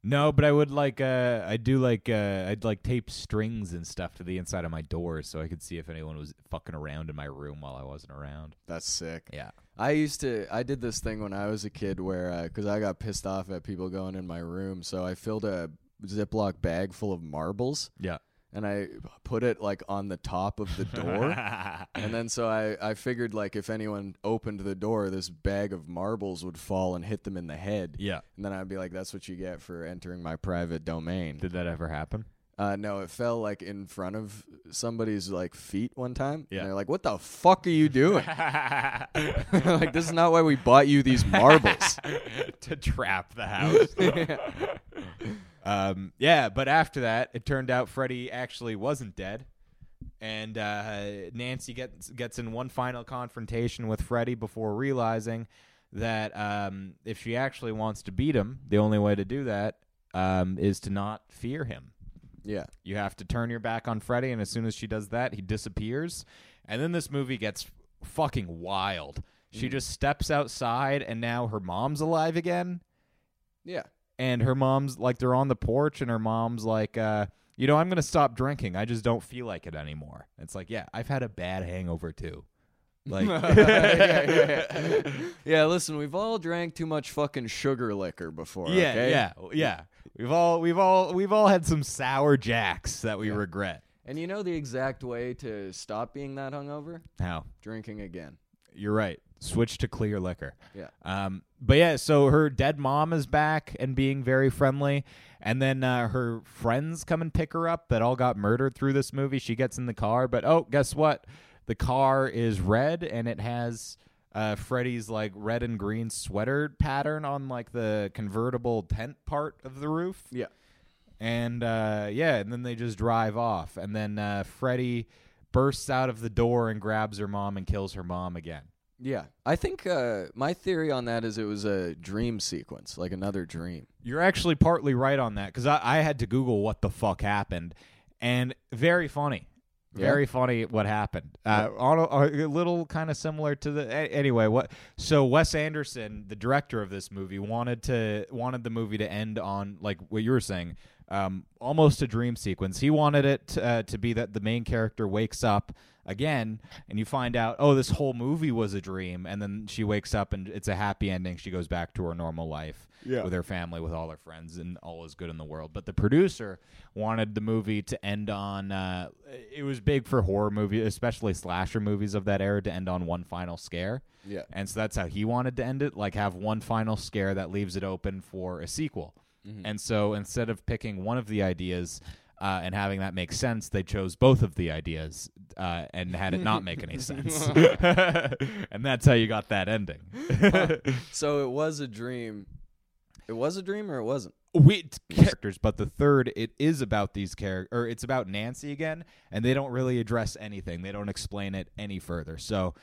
A: No, but I would like uh I do like uh I'd like tape strings and stuff to the inside of my doors so I could see if anyone was fucking around in my room while I wasn't around.
B: That's sick.
A: Yeah.
B: I used to I did this thing when I was a kid where because I got pissed off at people going in my room, so I filled a Ziploc bag full of marbles
A: Yeah.
B: and I put it like on the top of the door. and then so I, I figured like if anyone opened the door, this bag of marbles would fall and hit them in the head.
A: yeah.
B: And then I'd be like, that's what you get for entering my private domain.
A: Did that ever happen?
B: Uh, no, it fell like in front of somebody's like feet one time.
A: Yeah.
B: And they're like, what the fuck are you doing? like, this is not why we bought you these marbles.
A: to trap the house. um, yeah, but after that, it turned out Freddy actually wasn't dead, and uh, Nancy gets gets in one final confrontation with Freddy before realizing that um, if she actually wants to beat him, the only way to do that um, is to not fear him.
B: yeah.
A: You have to turn your back on Freddy, and as soon as she does that, he disappears. And then this movie gets fucking wild. She just steps outside, and now her mom's alive again.
B: Yeah.
A: And her mom's like, they're on the porch, and her mom's like, uh, you know, I'm going to stop drinking. I just don't feel like it anymore. It's like, yeah, I've had a bad hangover too. Like,
B: yeah, yeah, yeah. Yeah, listen, we've all drank too much fucking sugar liquor before.
A: yeah,
B: okay?
A: yeah, yeah. We've all, we've all, we've all had some sour jacks that we regret.
B: And you know the exact way to stop being that hungover?
A: How?
B: Drinking again.
A: You're right. Switch to clear liquor.
B: Yeah.
A: Um, but yeah, so her dead mom is back and being very friendly, and then uh, her friends come and pick her up that all got murdered through this movie. She gets in the car, but oh, guess what? The car is red and it has uh, Freddy's like red and green sweater pattern on like the convertible tent part of the roof.
B: Yeah.
A: And uh, yeah, and then they just drive off, and then uh, Freddy bursts out of the door and grabs her mom and kills her mom again.
B: Yeah. I think uh, my theory on that is it was a dream sequence, like another dream.
A: You're actually partly right on that because I, I had to Google what the fuck happened, and very funny,
B: Yeah?
A: very funny what happened. Uh, on a, a little kind of similar to the a- anyway. What so Wes Anderson, the director of this movie, wanted to wanted the movie to end on like what you were saying, um, almost a dream sequence. He wanted it uh, to be that the main character wakes up again, and you find out oh this whole movie was a dream, and then she wakes up and it's a happy ending. She goes back to her normal life
B: Yeah.
A: with her family, with all her friends, and all is good in the world. But the producer wanted the movie to end on. Uh, it was big for horror movie, especially slasher movies of that era, to end on one final scare.
B: Yeah.
A: And so that's how he wanted to end it, like have one final scare that leaves it open for a sequel. And so instead of picking one of the ideas. Uh, and having that make sense, they chose both of the ideas uh, and had it not make any sense. and that's how you got that ending.
B: Uh, So it was a dream. It was a dream or it wasn't?
A: we it's characters, but the third it is about these characters, or it's about Nancy again, and they don't really address anything. They don't explain it any further. So,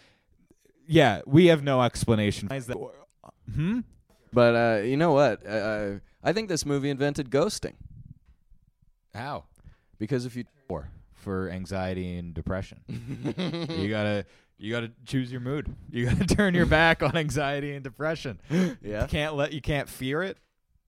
A: yeah, we have no explanation. Is that- Hmm.
B: But uh, you know what? Uh, Uh, I think this movie invented ghosting
A: How?
B: because if you
A: Or for anxiety and depression, you gotta you gotta choose your mood. You gotta turn your back on anxiety and depression.
B: Yeah.
A: You can't let you can't fear it.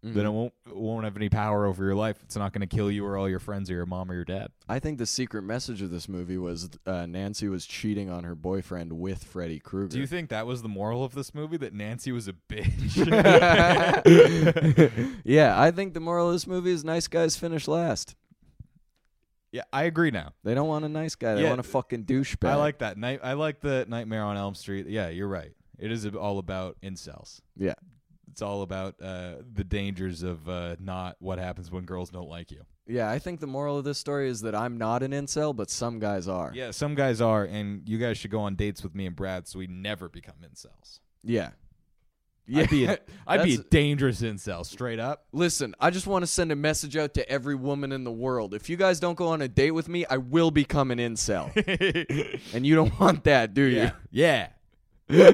A: Then it won't it won't have any power over your life. It's not going to kill you or all your friends or your mom or your dad.
B: I think the secret message of this movie was uh, Nancy was cheating on her boyfriend with Freddy Krueger.
A: Do you think that was the moral of this movie? That Nancy was a bitch.
B: yeah, I think the moral of this movie is nice guys finish last.
A: yeah, I agree now.
B: They don't want a nice guy. They
A: Yeah.
B: want a fucking douchebag.
A: I like that. Night. I like the Nightmare on Elm Street. Yeah, you're right. It is all about incels.
B: Yeah.
A: It's all about uh, the dangers of uh, not what happens when girls don't like you.
B: Yeah, I think the moral of this story is that I'm not an incel, but some guys are.
A: Yeah, some guys are, and you guys should go on dates with me and Brad so we never become incels.
B: Yeah.
A: I'd be a, I'd be a
B: That's-
A: dangerous incel, straight up.
B: Listen, I just want to send a message out to every woman in the world. If you guys don't go on a date with me, I will become an incel. and you don't want that, do you?
A: Yeah. Yeah.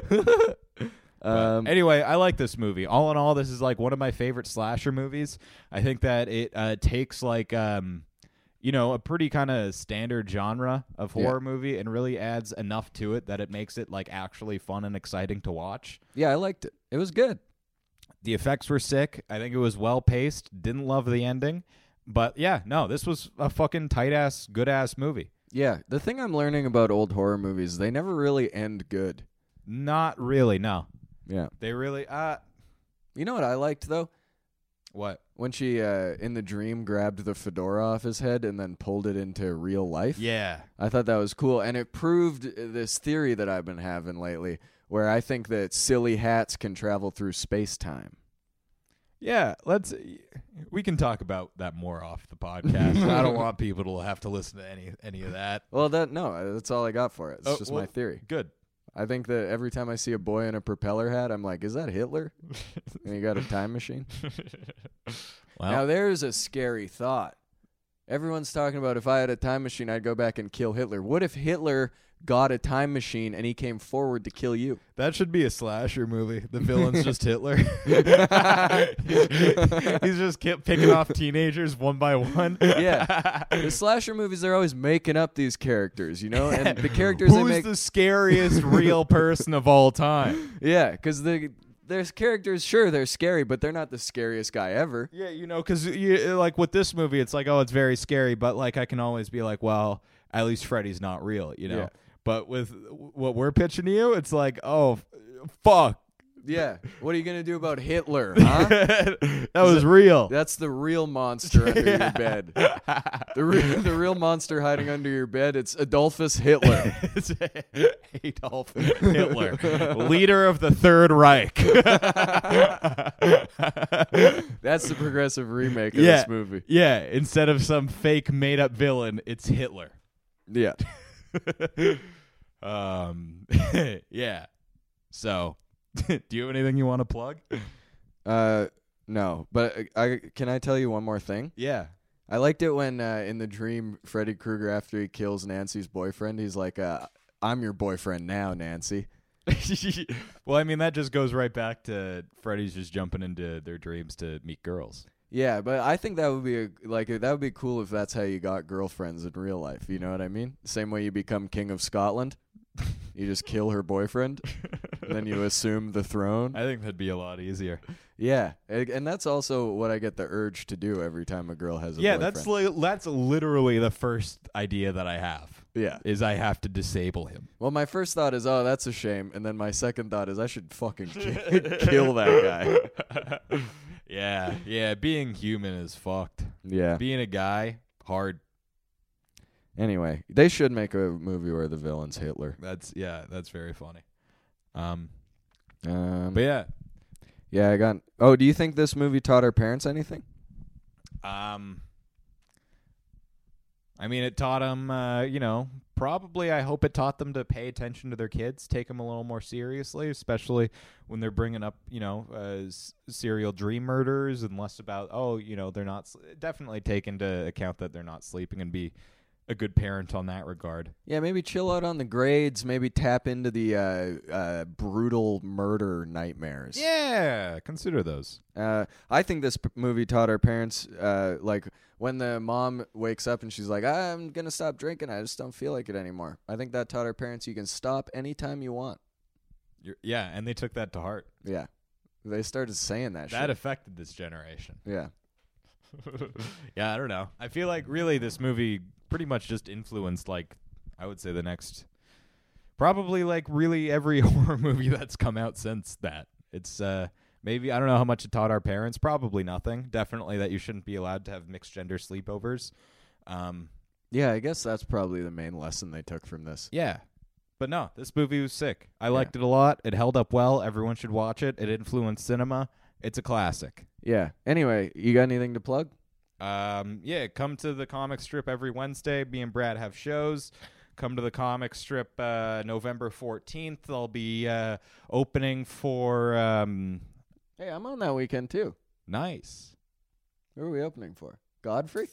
B: Um,
A: anyway, I like this movie. All in all, this is like one of my favorite slasher movies. I think that it uh, takes like um, you know, a pretty kind of standard genre of
B: Yeah.
A: horror movie and really adds enough to it that it makes it like actually fun and exciting to watch.
B: Yeah, I liked it. It was good.
A: The effects were sick. I think it was well paced. Didn't love the ending. But yeah, no, this was a fucking tight ass, good ass movie.
B: Yeah, the thing I'm learning about old horror movies, they never really end good.
A: Not really, no.
B: Yeah.
A: They really uh
B: You know what I liked though?
A: what?
B: When she uh, in the dream grabbed the fedora off his head and then pulled it into real life.
A: Yeah.
B: I thought that was cool and it proved uh, this theory that I've been having lately where I think that silly hats can travel through space-time.
A: Yeah, let's we can talk about that more off the podcast. I don't want people to have to listen to any any of that.
B: Well, that no, uh, that's all I got for it. It's
A: Oh,
B: just my
A: well-
B: theory.
A: Good.
B: I think that every time I see a boy in a propeller hat, I'm like, is that Hitler? and he got a time machine.
A: Well,
B: Now there's a scary thought. Everyone's talking about if I had a time machine, I'd go back and kill Hitler. What if Hitler got a time machine and he came forward to kill you?
A: that should be a slasher movie. The villain's just Hitler. He's just kept picking off teenagers one by one.
B: Yeah. The slasher movies, they're always making up these characters, you know? And the characters they
A: Who's
B: make.
A: the scariest real person of all time?
B: Yeah, because the, there's characters, sure, they're scary, but they're not the scariest guy ever.
A: Yeah, you know, because like with this movie, it's like, oh, it's very scary, but like I can always be like, well, at least Freddy's not real, you know.
B: Yeah.
A: But with what we're pitching to you, it's like, oh, f- fuck,
B: Yeah. What are you going to do about Hitler, huh?
A: that was real.
B: That's the real monster under your bed. The, re- the real monster hiding under your bed, it's Adolphus Hitler.
A: Adolf Hitler, leader of the Third Reich.
B: That's the progressive remake of
A: Yeah.
B: this movie.
A: yeah, instead of some fake made up villain, it's Hitler.
B: Yeah.
A: Um, yeah. So, do you have anything you want to plug?
B: Uh no, but I I- can I tell you one more thing?
A: Yeah.
B: I liked it when uh, in the dream Freddy Krueger after he kills Nancy's boyfriend, he's like uh I'm your boyfriend now, Nancy.
A: well, I mean, that just goes right back to Freddy's just jumping into their dreams to meet girls.
B: Yeah, but I think that would be a, like that would be cool if that's how you got girlfriends in real life, you know what I mean? Same way you become king of Scotland. You just kill her boyfriend, and then you assume the throne.
A: I think that'd be a lot easier.
B: Yeah, and and that's also what I get the urge to do every time a girl has a
A: yeah,
B: boyfriend.
A: that's li- that's literally the first idea that I have.
B: yeah.
A: Is I have to disable him.
B: Well, my first thought is, oh, that's a shame, and then my second thought is, I should fucking ki- kill that guy.
A: yeah, yeah. Being human is fucked.
B: Yeah.
A: Being a guy, hard.
B: Anyway, they should make a movie where the villain's Hitler.
A: That's yeah. That's very funny. Um,
B: Um,
A: but yeah.
B: yeah, I got. Oh, do you think this movie taught our parents anything?
A: Um, I mean, it taught them, uh, you know, probably I hope it taught them to pay attention to their kids, take them a little more seriously, especially when they're bringing up, you know, uh, s- serial dream murders and less about, oh, you know, they're not, sl- definitely take into account that they're not sleeping and be a good parent on that regard.
B: Yeah, maybe chill out on the grades. Maybe tap into the uh, uh, brutal murder nightmares.
A: Yeah, consider those.
B: Uh, I think this p- movie taught our parents, uh, like when the mom wakes up and she's like, "I'm gonna stop drinking. I just don't feel like it anymore." I think that taught our parents you can stop anytime you want.
A: You're, yeah, and they took that to heart.
B: Yeah, they started saying that.
A: That
B: shit.
A: affected this generation.
B: yeah,
A: yeah, I don't know. I feel like really this movie pretty much just influenced like I would say the next probably like really every horror movie that's come out since that. It's uh maybe I don't know how much it taught our parents, probably nothing. Definitely that you shouldn't be allowed to have mixed gender sleepovers. Um
B: yeah. I guess that's probably the main lesson they took from this.
A: yeah. But no, this movie was sick. I liked it a lot. It held up well. Everyone should watch it. It influenced cinema. It's a classic.
B: Yeah. Anyway, you got anything to plug?
A: Um, yeah, come to the comic strip every Wednesday. Me and Brad have shows. Come to the comic strip uh, November 14th. I'll be uh, opening for um,
B: Hey, I'm on that weekend too.
A: Nice.
B: Who are we opening for? Godfrey?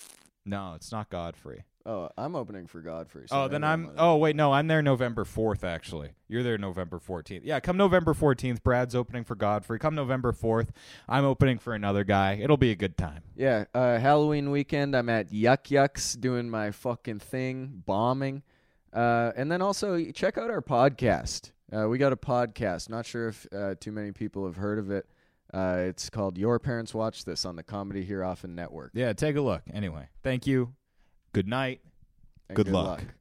A: No, it's not Godfrey.
B: Oh, I'm opening for Godfrey. so
A: oh,
B: maybe
A: then
B: I'm
A: I'm.
B: not-
A: Oh, wait, no, I'm there November 4th, actually. You're there November 14th. Yeah, come November 14th, Brad's opening for Godfrey. Come November 4th, I'm opening for another guy. It'll be a good time.
B: Yeah, uh, Halloween weekend, I'm at Yuck Yucks doing my fucking thing, bombing. Uh, and then also check out our podcast. Uh, we got a podcast. Not sure if uh, too many people have heard of it. Uh, it's called Your Parents Watch This on the Comedy Here Often Network.
A: Yeah, take a look. Anyway, thank you. Good night.
B: And
A: Good luck.
B: luck.